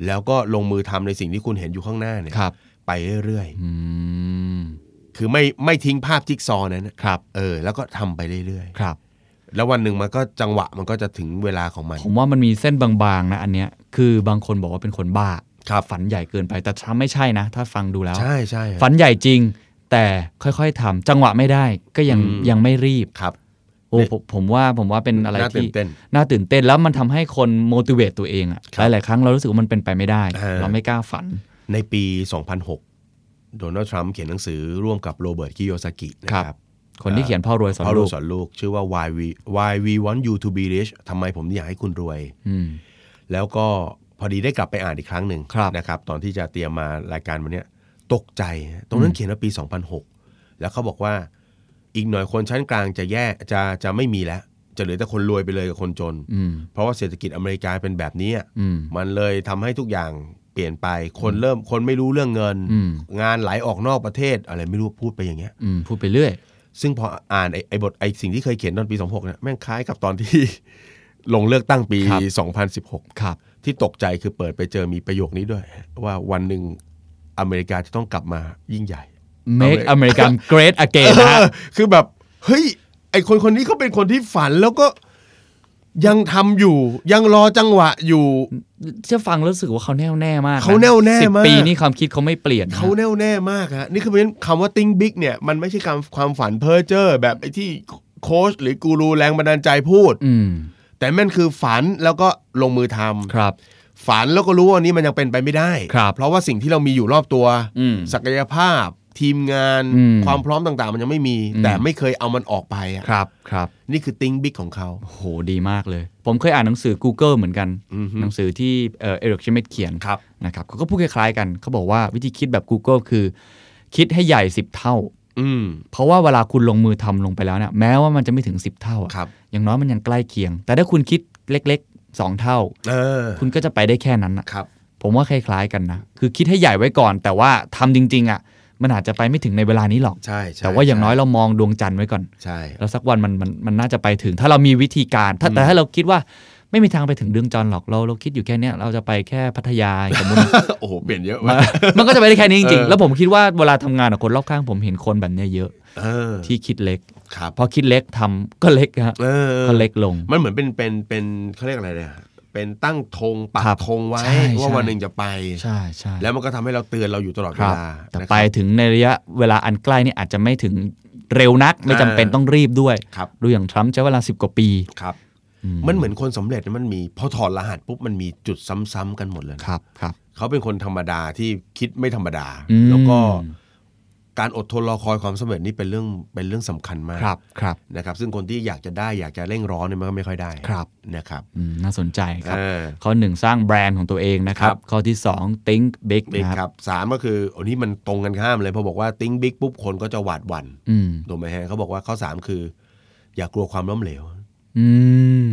S4: แล้วก็ลงมือทำในสิ่งที่คุณเห็นอยู่ข้างหน้าเนี่ย
S3: ครับ
S4: ไปเรื่อย
S3: อืม
S4: ๆคือไม่ไม่ทิ้งภาพจิ๊กซอว์นั้นนะ
S3: ครับ
S4: เออแล้วก็ทำไปเรื่อย
S3: ครับ
S4: ๆ แล้ววันหนึ่งมันก็จังหวะมันก็จะถึงเวลาของมัน
S3: ผมว่ามันมีเส้นบางๆนะอันเนี้ยคือบางคนบอกว่าเป็นคนบ้า
S4: ครับ
S3: ฝันใหญ่เกินไปแต่ทรัมป์ไม่ใช่นะ ถ้าฟังดูแล้ว
S4: ใช่ใช่ฮะ
S3: ฝันใหญ่จริง แต่ค่อยๆทำจังหวะไม่ได้ก็ยัง
S4: อืม
S3: ยังไม่รีบ
S4: ครับ
S3: โอ้ผมผมว่าผมว่าเป็นอะไร
S4: น่าตื่
S3: ที่
S4: นเต้น
S3: น่าตื่นเต้นแล้วมันทำให้คน motivate ตัวเองอะ
S4: ครับ
S3: หลายๆครั้งเรารู้สึกว่ามันเป็นไปไม่ได้
S4: อ่า
S3: เราไม่กล้าฝัน
S4: ในปี 2006 โดนัลด์ทรัมป์เขียนหนังสือร่วมกับโรเบิร์ตคิโยซากินะ
S3: ค
S4: ค
S3: รั
S4: รับ บ
S3: คนที่เขียนพ่อรวยสอน
S4: เขา
S3: ลู
S4: รู้
S3: ก
S4: สอนลูกชื่อว่า why we why we want you to be rich ทำไมผมอยากให้คุณรวย
S3: อืม
S4: แล้วก็พอดีได้กลับไปอ่านอีกครั้งหนึ่ง
S3: ครับ
S4: นะครับตอนที่จะเตรียมมารายการวันเนี้ยตกใจฮะตรงนั้นเขียนว่าปี 2006 แล้วเขาบอกว่าอีกหน่อยคนชั้นกลางจะแย่จะจะไม่มีแล้ว จะเหลือแต่คนรวยไปเลยกับคนจน
S3: อืม
S4: เพราะว่าเศรษฐกิจอเมริกาเป็นแบบนี้อะ
S3: อืม
S4: มันเลยทำให้ทุกอย่างเปลี่ยนไป คนเริ่มคนไม่รู้เรื่องเงิน
S3: อืม
S4: งานไหลออกนอกประเทศอะไรไม่รู้พูดไปอย่างเงี้ย
S3: อืมพูดไปเรื่อย
S4: ซึ่งพออ่านไอ้ไอ้บทไอ้สิ่งที่เคยเขียนตอนปี 26เนี่ยแม่งคล้ายกับตอนที่ ลงเลือกตั้งปี
S3: ครับ
S4: 2016
S3: ครับ
S4: ที่ตกใจคือเปิดไปเจอมีประโยคนี้ด้วย ว่าวันหนึ่งอเมริกาจะต้องกลับมายิ่งใหญ่
S3: make
S4: เอาไว้
S3: American great again นะฮะ
S4: เออคือแบบ เฮ้ย ไอคนคนนี้เขาเป็นคนที่ฝันแล้วก็ยังทำอยู่ ยังรอจังหวะอยู่
S3: จะฟังแล้วรู้สึกว่าเขาแน่วแน่มากะ
S4: เขาแน่วแน่
S3: สิบ
S4: มาก
S3: ปีนี่ความคิดเขาไม่เปลี่ยนนะ
S4: เขาแน่วแน่มากฮะนี่คือเพราะฉะนั้นคำว่า think big เนี่ย มันไม่ใช่คำความฝันเพ้อเจ้อแบบไอที่โค้ชหรือกูรูแรงบันดาลใจพูด
S3: อืม
S4: แต่มันคือฝันแล้วก็ลงมือทำ
S3: ครับ
S4: ฝันแล้วก็รู้ว่าอันนี้มันยังเป็นไปไม่ได้
S3: ครับ
S4: เพราะว่าสิ่งที่เรามีอยู่รอบตัว
S3: อืม
S4: ศักยภาพ ทีมงาน
S3: อืม
S4: ความพร้อมต่างๆ มันยังไม่มี
S3: อืม
S4: แต่ไม่เคยเอามันออกไปอะ
S3: ครับครับ
S4: นี่คือติงบิ๊กของเขา
S3: โหดีมากเลย ผมเคยอ่านหนังสือ Google เหมือนกัน
S4: อือฮึ
S3: หนังสือที่เอ่อริกชเมตเขียน
S4: ครับ
S3: นะครับเขาก็พูดคล้ายๆกันเขาบอกว่าวิธีคิดแบบ Google คือ คิดให้ใหญ่ 10 เท่า
S4: อืม
S3: เพราะว่าเวลาคุณลงมือทำลงไปแล้วเนี่ยแม้ว่ามันจะไม่ถึง 10 เท่าอะ
S4: ครับ
S3: อย่างน้อยมันยังใกล้เคียง แต่ถ้าคุณคิดเล็กๆ 2 เท่า
S4: เออ
S3: คุณก็จะไปได้แค่นั้นอะ
S4: ครับ
S3: ผมว่าคล้ายๆกันนะ คือคิดให้ใหญ่ไว้ก่อน แต่ว่าทำจริง ๆ อ่ะ มันอาจจะไปไม่ถึงในเวลานี้หรอก
S4: ใช่ใช่
S3: แต่ว่าอย่างน้อย
S4: ใช่
S3: เรามองดวงจันทร์ไว้ก่อน
S4: ใช่
S3: แล้วสักวันมันมันมันน่าจะไปถึง ถ้าเรามีวิธีการ ถ้าแต่ถ้าเราคิดว่าไม่มีทางไปถึงดวงจันทร์หรอก เราเราคิดอยู่แค่เนี้ยเราจะไปแค่พัทยาสมมตินะ
S4: โอ้โห เปลี่ยนเยอะ
S3: มั
S4: มาน ก
S3: มันก็จะไปได้แค่นี้จริง
S4: เอ
S3: ๆ
S4: อ
S3: แล้วผมคิดว่าเวลาทำงานกับคนรอบข้างผมเห็นคนแบบเนี้ยเยอะ
S4: เออ
S3: ที่คิดเล็ก
S4: ครับ
S3: พอคิดเล็กทำก็เล็กฮะ
S4: เออ
S3: ก็เล็กลง
S4: มันเหมือนเป็นเป็นเป็นเขาเรียกอะไรเนี่ยเป็นตั้งธงปัก
S3: ครับ
S4: ธงไว้
S3: ใช่
S4: ว่า
S3: ใช่
S4: วันหนึ่งจะไป
S3: ใช่ใช่
S4: แล้วมันก็ทำให้เราเตือนเราอยู่ตลอด
S3: ค
S4: เว
S3: รับ
S4: ลา
S3: แต่
S4: นะครับ
S3: ไปถึงในระยะเวลาอันใกล้นี่อาจจะไม่ถึงเร็วนัก ไม่จำเป็น
S4: เออ
S3: ต้องรีบด้วย
S4: ครับ
S3: ดูอย่างทรัมป์ใช้เวลา 10 กว่าปี
S4: ครับ
S3: อืม
S4: มันเหมือนคนสำเร็จเนี่ยมันมีพอถอดรหัสปุ๊บมันมีจุดซ้ำๆกันหมดเลยนะครับ
S3: ครับ
S4: เขาเป็นคนธรรมดาที่คิดไม่ธรรมดา
S3: อืม
S4: แล้วก็การอดทนรอคอยความสำเร็จนี่เป็นเรื่องเป็นเรื่องสำคัญมาก
S3: ครับครับ
S4: นะครับ ซึ่งคนที่อยากจะได้อยากจะเร่งร้อนเนี่ยมันก็ไม่ค่อยได้
S3: ครับ
S4: นะครับ
S3: อืมน่าสนใจครับ
S4: เออ
S3: ข้อหนึ่งสร้างแบรนด์ของตัวเองนะครับ
S4: ครับ
S3: ข้อที่ 2 think big
S4: บิ๊ก
S3: นะ
S4: ค
S3: ครับ
S4: รับสามก็คือโอ้นี่มันตรงกันข้ามเลยพอบอกว่าติ้งบิ๊กปุ๊บคนก็จะหวาดหวั่น
S3: อืม
S4: ถูกไหมฮะเขาบอกว่าข้อสามคือ อย่ากลัวความล้มเหลว
S3: อืม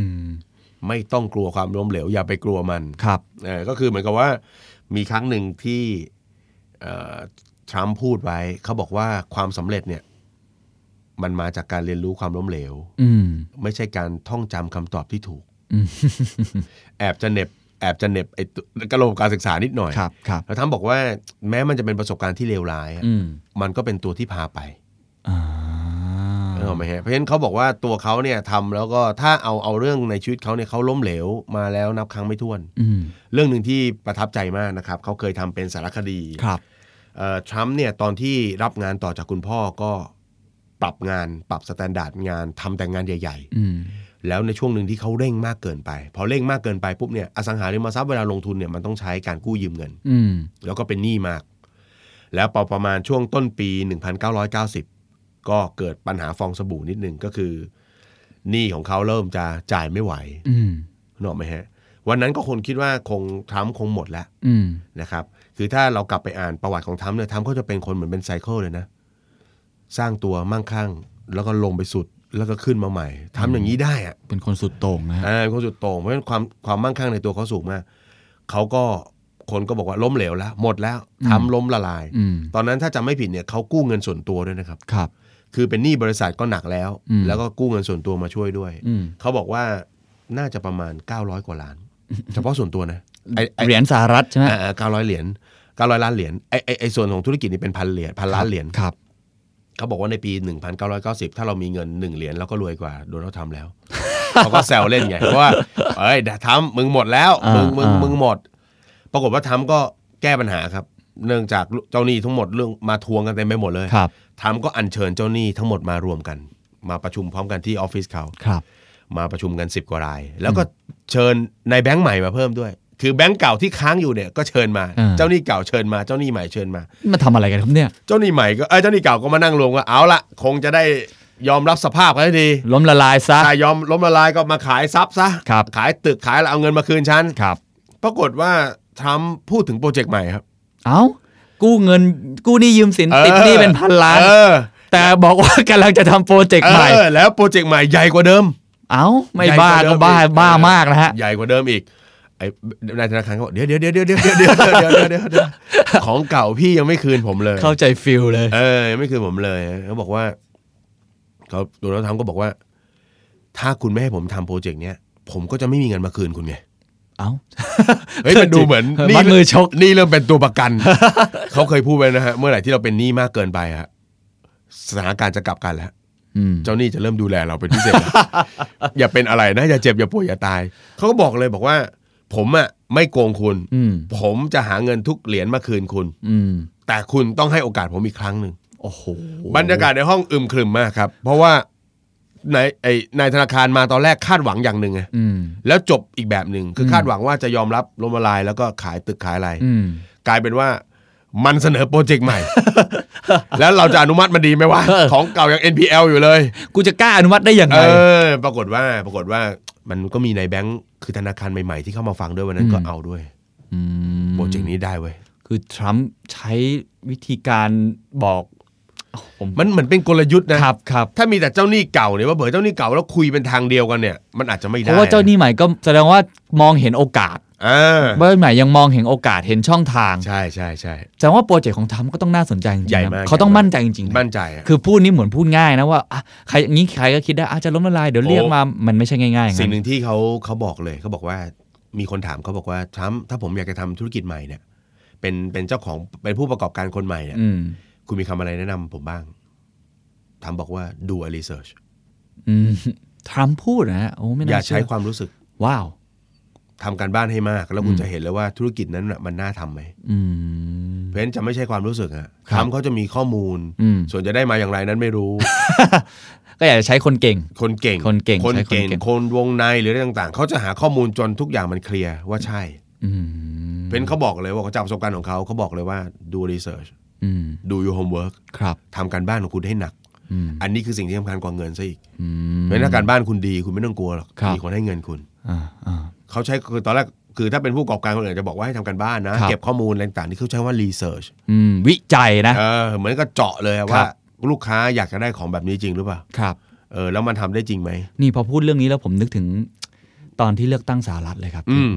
S4: ไม่ต้องกลัวความล้มเหลว อย่าไปกลัวมัน
S3: ครับ
S4: เออก็คือเหมือนกับว่ามีครั้งหนึ่งที่เอ่อทรัมป์พูดไว้เขาบอกว่าความสำเร็จเนี่ย มันมาจากการเรียนรู้ความล้มเหลว
S3: อืม
S4: ไม่ใช่การท่องจำคำตอบที่ถูก
S3: อืม
S4: แอบจะเหน็บ แอบจะเหน็บไอ้ตัวกระโหลกการศึกษานิดหน่อย
S3: ครับครับ
S4: แล้วทรัมป์บอกว่าแม้มันจะเป็นประสบการณ์ที่เลวร้ายอะ
S3: อืม
S4: มันก็เป็นตัวที่พาไป
S3: อ่า
S4: เออไหมฮะเพราะฉะนั้นเขาบอกว่าตัวเขาเนี่ยทำแล้วก็ถ้าเอาเอาเรื่องในชีวิตเขาเนี่ยเขาล้มเหลวมาแล้วนับครั้งไม่ถ้วน
S3: อืม
S4: เรื่องหนึ่งที่ประทับใจมากนะครับเขาเคยทำเป็นสารคดี
S3: ครับ
S4: เอ่อทรัมป์เนี่ยตอนที่รับงานต่อจากคุณพ่อก็ปรับงานปรับสแตนดาร์ดงานทำแต่งานใหญ่
S3: อืม
S4: ๆ แล้วในช่วงหนึ่งที่เขาเร่งมากเกินไป พอเร่งมากเกินไปปุ๊บเนี่ยอสังหาริมทรัพย์เวลาลงทุนเนี่ยมันต้องใช้การกู้ยืมเงิน
S3: อืม
S4: แล้วก็เป็นหนี้มาก แล้วพอประมาณช่วงต้นปี 1990 ก็เกิดปัญหาฟองสบู่นิดหนึ่งก็คือหนี้ของเขาเริ่มจะจ่ายไม่ไหว
S3: อืม
S4: นกออกไหมฮะวันนั้นก็คนคิดว่าคงทรัมป์คงหมดแล้ว
S3: อืม
S4: นะครับคือถ้าเรากลับไปอ่านประวัติของทรัมป์เนี่ยทรัมป์เขาจะเป็นคนเหมือนเป็นไซเคิลเลยนะ สร้างตัวมั่งคั่ง แล้วก็ลงไปสุดแล้วก็ขึ้นมาใหม่ทำอย่างนี้ได้อะ
S3: เป็นคนสุดโต่งนะฮะ
S4: เออคนสุดโต่งเพราะฉะนั้นความความมั่งคั่งในตัวเขาสูงมากเขาก็คนก็บอกว่าล้มเหลวแล้ว หมดแล้วทำล้มละลาย
S3: อืม
S4: ตอนนั้นถ้าจำไม่ผิดเนี่ยเขากู้เงินส่วนตัวด้วยนะครับ
S3: ครับ
S4: คือเป็นหนี้บริษัทก็หนักแล้ว
S3: อืม
S4: แล้วก็กู้เงินส่วนตัวมาช่วยด้วย
S3: อืม
S4: เขาบอกว่าน่าจะประมาณ 900 กว่าล้าน เฉพาะส่วนตัวนะไอ้ไอ้
S3: เหรียญสหรัฐใช่ไหม
S4: เก้าร้อยเหรียญเก้าร้อยล้านเหรียญไอไอไอส่วนของธุรกิจนี่เป็นพันเหรียญพันล้านเหรียญ
S3: ครับ
S4: เขาบอกว่าในปี 1990 ถ้าเรามีเงิน 1 เหรียญเราก็รวยกว่าโดนัลด์ทรัมป์แล้ว เขาก็แซวเล่นไง เพราะว่าเอ้ยทรัมป์มึงหมดแล้ว
S3: อ่ามึ
S4: มึงมึง
S3: อ่ามึ
S4: มึงหมด ปรากฏว่าทรัมป์ก็แก้ปัญหาครับ เนื่องจากเจ้าหนี้ทั้งหมดเรื่องมาทวงกันเต็มไปหมดเลย
S3: ครับ
S4: ทรัมป์ก็อัญเชิญเจ้าหนี้ทั้งหมดมารวมกัน มาประชุมพร้อมกันที่ออฟฟิศเขา
S3: ครับ
S4: มาประชุมกัน 10 กว่าราย แล้วก็เชิญนายแบงค์ใหม่มาเพิ่มด้วย คือแบงค์เก่าที่ค้างอยู่เนี่ยก็เชิญมา
S3: อ่า
S4: เจ้าหนี้เก่าเชิญมา เจ้าหนี้ใหม่เชิญมา
S3: มาทำอะไรกันครับเนี่ย
S4: เจ้าหนี้ใหม่ก็เอ้ยเจ้าหนี้เก่าก็มานั่งรวมว่าเอาละคงจะได้ยอมรับสภาพกันให้ดี
S3: ล้มละลายซะ
S4: ถ้ายอมล้มละลายก็มาขายทรัพย์ซะ
S3: ครับ
S4: ขายตึกขายแล้วเอาเงินมาคืนฉัน
S3: ครับ
S4: ปรากฏว่าทรัมป์พูดถึงโปรเจกต์ใหม่ครับ
S3: เอ้า กู้เงิน กู้หนี้ยืมสิน ติดหนี้เป็นพันล้าน
S4: เออ
S3: แต่บอกว่ากำ ลังจะทำโปรเจกต์ใหม่
S4: เออแล้วโปรเจกต์ใหม่ใหญ่กว่าเดิม
S3: เอ้า ไม่
S4: ใหญ่
S3: บ้าก
S4: ว่าเดิ
S3: ก็
S4: ม
S3: บ้า
S4: อีก
S3: บ้ามากนะฮะ
S4: ใหญ่กว่าเดิมอีกไอ้นายธนาคารก็บอกเดี๋ยวเดี๋ยวเดี๋ยวเดี๋ยวเดี๋ยวเดี๋ยวเดี๋ยวเดี๋ยวเดี๋ยวเดี๋ยวของเก่าพี่ยังไม่คืนผมเลย
S3: เข้าใจฟิลเลย
S4: เออยังไม่คืนผมเลยเขาบอกว่าเขาโดนัลด์ทรัมป์ก็บอกว่า ถ้าคุณไม่ให้ผมทำโปรเจกต์เนี้ย ผมก็จะไม่มีเงินมาคืนคุณไง
S3: เอ้า
S4: เฮ้ ยมันดูเหมือน
S3: เออ
S4: นี่
S3: มัดมือชก
S4: นี่เริ่มเป็นตัว ประกัน เขาเคยพูดไว้นะฮะ เมื่อไหร่ที่เราเป็นหนี้มากเกินไปฮะสถานการณ์จะกลับกันแล้ว
S3: อืม
S4: เจ้าหนี้จะเริ่ มดูแลเราเป็นพิเศษ อย่าเป็นอะไรนะ อย่าเจ็บอย่าป่วยอย่าตาย เขาก็บอกเลยบอกว่า ผมอ่ะไม่โกงคุณ
S3: อืม
S4: ผมจะหาเงินทุกเหรียญมาคืนคุณ
S3: อืม
S4: แต่คุณต้องให้โอกาสผมอีกครั้งหนึ่ง
S3: โอ้โห
S4: บรรยากาศในห้องอึมครึมมากครับ เพราะว่าในายไอ้นายธนาคารมาตอนแรกคาดหวังอย่างหนึ่งไง
S3: อืม
S4: แล้วจบอีกแบบหนึ่งคืออ
S3: ม
S4: คาดหวังว่าจะยอมรับลมละลายแล้วก็ขายตึกขายอะไร
S3: อืม
S4: กลายเป็นว่ามันเสนอโปรเจกต์ใหม่ แล้วเราจะอนุมัติมันดีไหมวะ ของเก่ายัง NPL อยู่เลย
S3: กูจะกล้าอนุมัติได้อย่าง
S4: เอ
S3: ไร
S4: อ ปรากฏว่าปรากฏว่ามันก็มีในายแบงค์คือธนาคารใหม่ๆที่เข้ามาฟังด้วยวันนั้นก็
S3: อืม
S4: เอาด้วย
S3: ม
S4: โปรเจกต์นี้ได้เว้ย
S3: คือทรัมป์ใช้วิธีการบอกโอ้โหผม
S4: มันเหมือนเป็นกลยุทธ์นะครับ
S3: ครับ
S4: ถ้ามีแต่เจ้าหนี้เก่าเนี่ยว่าเผื่อเจ้าหนี้เก่าแล้วคุยเป็นทางเดียวกันเนี่ยมันอาจจะไม่
S3: เพ
S4: ได้
S3: ราะว่าเจ้าหนี้ใหม่ก็แสดงว่ามองเห็นโอกาส
S4: อ่า
S3: เบอร์ใหม่ยังมองเห็นโอกาสเห็นช่องทาง
S4: ใช่ใช่ใช่
S3: แสดงว่าโปรเจกต์ของทรัมป์ก็ต้องน่าสนใจจริงๆนะ
S4: ใหญ่มาก
S3: เขาต้อง
S4: ใหญ่มาก
S3: มั่นใจจริงๆนะ
S4: มั่นใจอะ
S3: คือพูดนี่เหมือนพูดง่ายนะว่าอ่ะใครอย่างนี้ใครก็คิดได้อาจจะล้มละลายเดี๋ยว
S4: โอ้
S3: เรียกมามันไม่ใช่ง่ายๆอย่าง
S4: สิ่
S3: นั้น
S4: งหนึ่งที่เขาเขาบอกเลยเขาบอกว่ามีคนถามเขาบอกว่าทรัมป์ถ้าผมอยากจะทำธุรกิจใหม่เนี่ย เป็นเป็นเจ้าของเป็นผู้ประกอบการคนใหม่เนี่ย
S3: อืม
S4: คุณมีคำอะไรแนะนำผมบ้างทรัมป์บอกว่า do a research
S3: อืมทรัมป์พูดนะฮะโอ้ไม่
S4: อย่า
S3: น่าเชื่
S4: ใช้
S3: อ
S4: ความรู้สึก
S3: ว้าว
S4: ทำการบ้านให้มาก แล้วคุณ
S3: อืม
S4: จะเห็นเลยว่าธุรกิจนั้นน่ะมันน่าทำไหม
S3: อืม
S4: เพราะฉะนั้นจะไม่ใช่ความรู้สึกอะ
S3: ค
S4: ท
S3: รับ
S4: รัมป์เขาจะมีข้อมูล
S3: อืม
S4: ส่วนจะได้มาอย่างไรนั้นไม่รู้
S3: ก็อยากจะใช้คนเก่ง
S4: คนเก่ง
S3: คนเก่ง
S4: คน
S3: ใช้คน
S4: เก่ง
S3: เก่ง
S4: คนวงในหรืออะไรต่างๆเขาจะหาข้อมูลจนทุกอย่างมันเคลียร์ว่าใช่
S3: อืม
S4: เพราะฉะนั้นเขาบอกเลยว่าจากประสบการณ์ของเขาเขาบอกเลยว่าดู research
S3: อืม
S4: ดู your homework
S3: ครับ
S4: ทำการบ้านของคุณให้หนัก
S3: อืม
S4: อันนี้คือสิ่งที่สำคัญกว่าเงินซะอีก
S3: อืม
S4: เพราะฉะนั้นถ้าการบ้านคุณดีคุณไม่ต้องกลัวหรอก
S3: ครับ
S4: มีคนให้เงินคุณ
S3: อ่าอ่า
S4: เขาใช้คือตอนแรกคือถ้าเป็นผู้ประกอบการคนอื่นจะบอกว่าให้ทำการบ้านนะ
S3: ครับ
S4: เก็บข้อมูลอะไรต่างๆที่เขาใช้ว่า research
S3: อืมวิจัยนะ
S4: เออเหมือนก็เจาะเลยอะ
S3: ครั
S4: ว่า
S3: บ
S4: ลูกค้าอยากจะได้ของแบบนี้จริงหรือเปล่า
S3: ครับ
S4: เออแล้วมันทำได้จริงไหม
S3: นี่พอพูดเรื่องนี้แล้วผมนึกถึงตอนที่เลือกตั้งสหรัฐเลยครับ
S4: อืม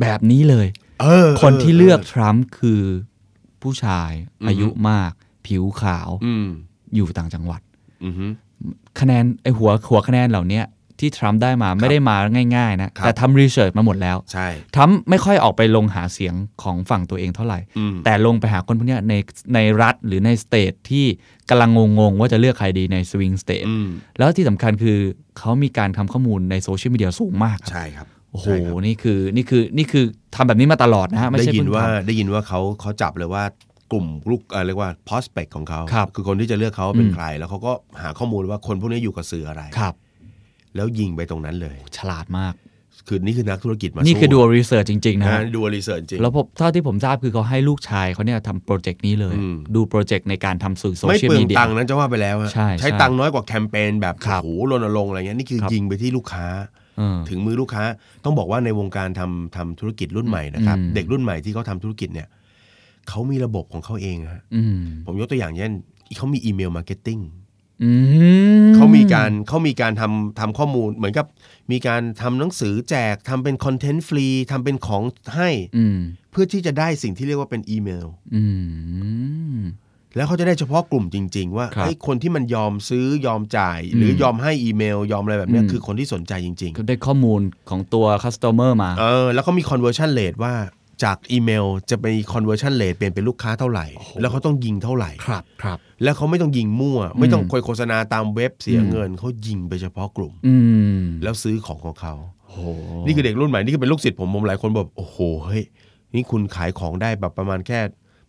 S3: แบบนี้เลย
S4: เออ
S3: คนที่เลือกทรัมป์คือผู้ชายอายุมาก ผิวขาว
S4: อืม
S3: อยู่ต่างจังหวัด
S4: อืม
S3: คะแนนไอหัวหัวคะแนนเหล่าเนี้ยที่ทรัมป์ได้มาไม่ได้มาง่าย ๆ นะ
S4: ครับ
S3: แต่ทำรีเสิร์ชมาหมดแล้ว
S4: ใช่
S3: ทรัมป์ไม่ค่อยออกไปลงหาเสียงของฝั่งตัวเองเท่าไหร่
S4: อืม
S3: แต่ลงไปหาคนพวกเนี้ยในในรัฐหรือในสเตทที่กำลังงงๆว่าจะเลือกใครดีในสวิงสเตท
S4: อืม
S3: แล้วที่สำคัญคือเขามีการทำข้อมูลในโซเชียลมีเดียสูงมากครับ
S4: ใช่ครับ
S3: โอ้โห
S4: ใช่ครับ
S3: นี่คือนี่คือนี่คือทำแบบนี้มาตลอดนะฮะ ไม่
S4: ได้
S3: ใช่
S4: ยิ
S3: เพิ่
S4: น
S3: ง
S4: ว่า
S3: ท
S4: ได้ยินว่าเขาเขาจับเลยว่ากลุ่มลูกเอ่อเรียกว่า prospect ของเขา
S3: ครับ
S4: อคนที่จะเลือกเขาเป็น
S3: อืม
S4: ใคร แล้วเขาก็หาข้อมูลว่าคนพวกนี้อยู่กับสื่ออะไร
S3: ำครับ
S4: แล้วยิงไปตรงนั้นเลย
S3: ฉลาดมาก
S4: คือนี่คือนักธุรกิจมา
S3: นี่
S4: สู้
S3: คือดูรีเสิร์ชจริง ๆ นะ
S4: นะ
S3: ฮะ
S4: ดูรีเสิร์ชจริง
S3: แล้วผมเท่าที่ผมทราบคือเขาให้ลูกชายเขาเนี่ยทำโปรเจกต์นี้เลย
S4: อืม
S3: ดูโปรเจกต์ในการทำสื่อโซ
S4: ไม่
S3: เชียล
S4: เปลือ
S3: มี
S4: ง
S3: เดีย
S4: ตังค์นั้นจะว่าไปแล้วอะ
S3: ใช่ใช่
S4: ตังค์น้อยกว่าแคมเปญแบบ
S3: ครับ
S4: โอ้โหรณรงค์อะไรเงี้ยนี่คือ
S3: ครับ
S4: ยิงไปที่ลูกค้า
S3: เออ
S4: ถึงมือลูกค้าต้องบอกว่าในวงการทำทำธุรกิจรุ่นใหม่นะครับ
S3: อืม
S4: เด็กรุ่นใหม่ที่เขาทำธุรกิจเนี่ยเขามีระบบของเขาเองนะฮะ
S3: อืม
S4: ผมยกตัวอย่างเช่นเขามีอีเมลมาร์เก็ตติ้ง
S3: อืม
S4: เขามีการเขามีการทำทำข้อมูลเหมือนกับ มีการทำหนังสือแจกทำเป็นคอนเทนต์ฟรีทำเป็นของให้
S3: อืม
S4: เพื่อที่จะได้สิ่งที่เรียกว่าเป็นอีเมล
S3: อืม
S4: แล้วเขาจะได้เฉพาะกลุ่มจริง ๆ ว่า
S3: ครับ
S4: ไอ้ยคนที่มันยอมซื้อยอมจ่าย
S3: อืม
S4: หรือยอมให้อีเมล ยอมอะไรแบบเนี้ย
S3: อืม
S4: คือคนที่สนใจจริง
S3: ก็ได้ข้อมูลของตัวคัสเตอร์มา
S4: ๆ เออแล้วเขามี conversion rate ว่า จากอีเมลจะไปคอนเวอร์ชันเลทเป็นเป็นลูกค้าเท่าไหร่ แล้วเขาต้องยิงเท่าไหร่
S3: ครับครับ
S4: แล้วเขาไม่ต้องยิงมั่ว ไม่ต้องคอยโฆษณาตามเว็บเสีย
S3: อืม
S4: เงินเขายิงไปเฉพาะกลุ่ม
S3: อืม
S4: แล้วซื้อของของเขา
S3: โอ้โห
S4: นี่คือเด็กรุ่นใหม่ นี่คือเป็นลูกศิษย์ผมผมหลายคนบอกโอ้โหเฮ้ยนี่คุณขายของได้แบบประมาณแค่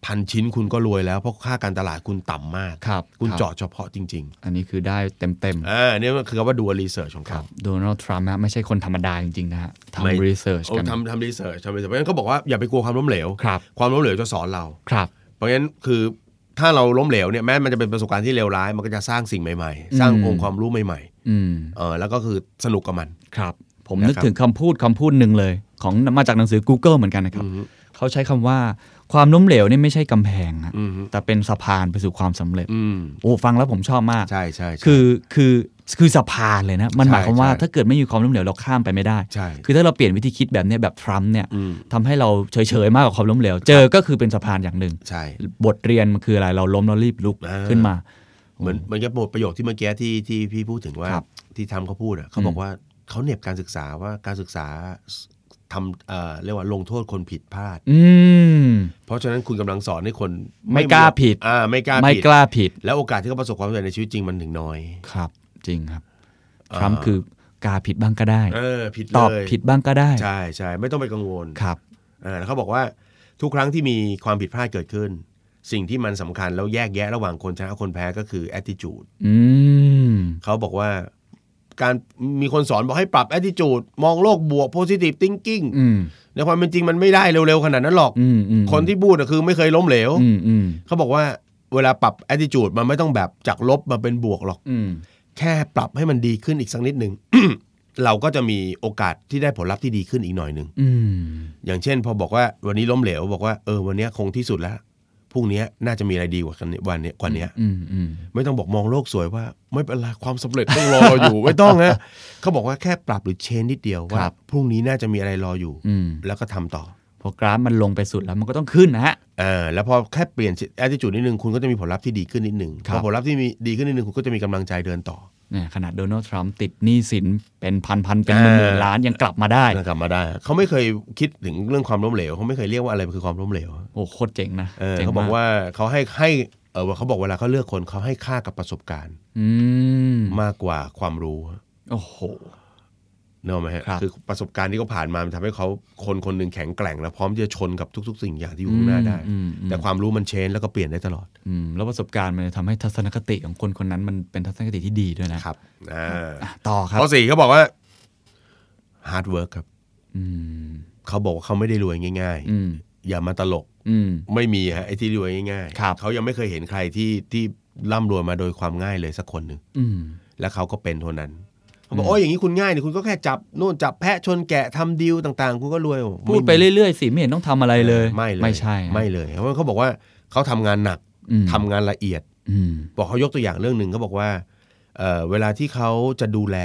S4: พันชิ้นคุณก็รวยแล้วเพราะค่าการตลาดคุณต่ำมาก
S3: ครับ
S4: คุณ
S3: รับ
S4: เจาะเฉพาะจริง
S3: อันนี้คือได้เต็มเต็ม
S4: ๆอ่าเนี่ยมันคือคำว่าดูรีเสิร์ชของ
S3: ๆครั
S4: เขา
S3: บโดนัลด์ทรัมป์ไม่ใช่คนธรรมดาจริง ๆ นะฮะ
S4: ไม่
S3: ทำรีเสิร์ช
S4: โอ้
S3: กัน
S4: ทำทำรีเสิร์ชทำรีเสิร์ชเพราะฉะนั้นเขาบอกว่าอย่าไปกลัวความล้มเหลว
S3: ครับ
S4: ความล้มเหลวจะสอนเรา
S3: ครับ
S4: เพราะงั้นคือถ้าเราล้มเหลวเนี่ยแม้มันจะเป็นประสบการณ์ที่เลวร้ายมันก็จะสร้างสิ่งใหม่ๆ สร้าง
S3: อืม
S4: องค์ความรู้ใหม่
S3: อืม
S4: ๆเออแล้วก็คือสนุกกับมัน
S3: ครับ ผม
S4: นะครับ
S3: นึกถึงคำพูดคำพูดหนึ่งเลย ของมาจากหนังสือ Google เหมือนกันนะครับ เขาใช้คำว่าความล้มเหลวนี่ไม่ใช่กำแพงฮะ
S4: อือฮึ
S3: แต่เป็นสะพานไปสู่ความสำเร็จ
S4: อืม
S3: โอ้ฟังแล้วผมชอบมาก
S4: ใช่ใช่ใช่
S3: คือคือคือสะพานเลยนะ มัน
S4: ใช่
S3: หมายความว่า
S4: ใช่
S3: ถ้าเกิดไม่มีความล้มเหลวเราข้ามไปไม่ได้
S4: ใช่
S3: คือถ้าเราเปลี่ยนวิธีคิดแบบเนี้ยแบบทรัมป์เนี่ย
S4: อืม
S3: ทำให้เราเฉยๆมากกว่าความล้มเหลว เจอก็คือเป็นสะพานอย่างหนึ่ง
S4: ใช่
S3: บทเรียนมันคืออะไรเราล้มแล้วรีบลุก
S4: อ่า
S3: ขึ้นมา
S4: เหมือนเหมันก็บทประโยคที่เมื่อกี้ที่ที่พี่พูดถึงว่า
S3: ครับ
S4: ที่ทำเขาพูดอะเขาบอกว่าเขาเหน็บการศึกษาว่าการศึกษาทำเอ่อเรียกว่าลงโทษคนผิดพลาด
S3: อืม
S4: เพราะฉะนั้นคุณกำลังสอนให้คน
S3: ไม่กล้าผิด
S4: อ่าไม่กล้า
S3: ไม่
S4: ผิด
S3: กล้าผิด
S4: แล้วโอกาสที่เขาประสบความสำเร็จในชีวิตจริงมันถึงน้อย
S3: ครับจริงครับท
S4: อ่า
S3: รัมป์คือกาผิดบ้างก็ได้
S4: เออผิด
S3: ตอบ
S4: เลย
S3: ผิดบ้างก็ได้
S4: ใช่ใช่ไม่ต้องไปกังวล
S3: ครับ
S4: อ่าแล้วเขาบอกว่าทุกครั้งที่มีความผิดพลาดเกิดขึ้น สิ่งที่มันสำคัญแล้วแยกแยะระหว่างคนชนะคนแพ้ก็คือ attitude
S3: อืม
S4: เขาบอกว่าการมีคนสอนบอกให้ปรับ attitude มองโลกบวก positive thinking
S3: อืม
S4: ในความเป็นจริงมันไม่ได้เร็วๆ ขนาดนั้นหรอก
S3: อืมอืม
S4: คนที่พูดน่ะคือไม่เคยล้มเหลว
S3: อืมอืม
S4: เขาบอกว่าเวลาปรับ attitude มันไม่ต้องแบบจากลบมาเป็นบวกหรอก
S3: อืม
S4: แค่ปรับให้มันดีขึ้นอีกสักนิดหนึ่ง เราก็จะมีโอกาสที่ได้ผลลัพธ์ที่ดีขึ้นอีกหน่อยหนึ่ง
S3: อืม
S4: อย่างเช่น พอบอกว่าวันนี้ล้มเหลวบอกว่าเออวันเนี้ยคงที่สุดแล้วพรุ่งเนี้ยน่าจะมีอะไรดีกว่ากันเนี่ยวันเนี้ยกว่าเนี้ย
S3: อืมอืม
S4: ไม่ต้องบอกมองโลกสวยว่า ไม่เป็นไรความสำเร็จต้องรอเราอยู่ ไม่ต้องฮะเขาบอกว่าแค่ปรับหรือเชนนิดเดียวว่าพรุ่งนี้น่าจะมีอะไรรออยู่
S3: อืม
S4: แล้วก็ทำต่อ
S3: พอกราฟมันลงไปสุดแล้วมันก็ต้องขึ้นนะฮะ
S4: เออแล้วพอแค่เปลี่ยน attitude นิดนึงคุณก็จะมีผลลัพธ์ที่ดีขึ้นนิดนึง
S3: ครั
S4: พ
S3: บ
S4: อผลลัพธ์ที่มีดีขึ้นนิดนึงคุณก็จะมีกำลังใจเดินต่อ
S3: เนี่ยขนาดโดนัลด์ทรัมป์ติดหนี้สินเป็นพันพันๆเป็นห
S4: อ่า
S3: มื่นๆล้านยังกลับมาได้
S4: แล้วกลับมาได้เขาไม่เคยคิดถึงเรื่องความล้มเหลวเขาไม่เคยเรียกว่าอะไรคือความล้มเหลว
S3: โอ้โคตรเจ๋งนะ
S4: เออ
S3: จ๋งม
S4: เขาบอกว่าเขาให้ให้เออเขาบอกเวลาเขาเลือกคนเขาให้ค่ากับประสบการณ์
S3: อืม
S4: มากกว่าความรู้
S3: โอ้โห
S4: เนกอะไหมฮะ
S3: ครับ
S4: คือประสบการณ์ที่เขาผ่านมามันทำให้เขาคนคนหนึ่งแข็งแกร่ง และพร้อมที่จะชนกับทุก ๆ สิ่งอย่างที่อยู่ข้างหน้าได้
S3: อืมอืม
S4: แต่ความรู้มันเชนแล้วก็เปลี่ยนได้ตลอด
S3: อืมแล้วประสบการณ์มันจะทำให้ทัศนคติของคนคนนั้นมันเป็นทัศนคติที่ดีด้วยนะครับ
S4: อ่า
S3: อ่ะต่อครับ
S4: ข้อสี่เขาบอกว่า hard work ครับ
S3: อืม
S4: เขาบอกว่าเขาไม่ได้รวยง่าย
S3: อืม
S4: ๆ อย่ามาตลก
S3: อืม
S4: ไม่มีฮะไอ้ที่รวยง่าย
S3: ครับ
S4: เขายังไม่เคยเห็นใครที่ที่ร่ำรวยมาโดยความง่ายเลยสักคนหนึ่ง
S3: อืม
S4: แล้วเขาก็เป็นเท่านั้นเขาบอกโอ้ยอย่างนี้คุณง่ายนี่คุณก็แค่จับโน่นจับแพะชนแกะทำดีลต่างๆ คุณก็รวยโอ้
S3: พูดไปเรื่อยๆสิไม่เห็นต้องทำอะไรเลย
S4: ไม่เลย
S3: ไม่ใช่ฮะ
S4: ไม่เลยเพราะว่าเขาบอกว่าเขาทำงานหนัก
S3: อืม
S4: ทำงานละเอียด
S3: อืม
S4: บอกเขายกตัวอย่างเรื่องหนึ่งเขาบอกว่าเอ่อเวลาที่เขาจะดูแล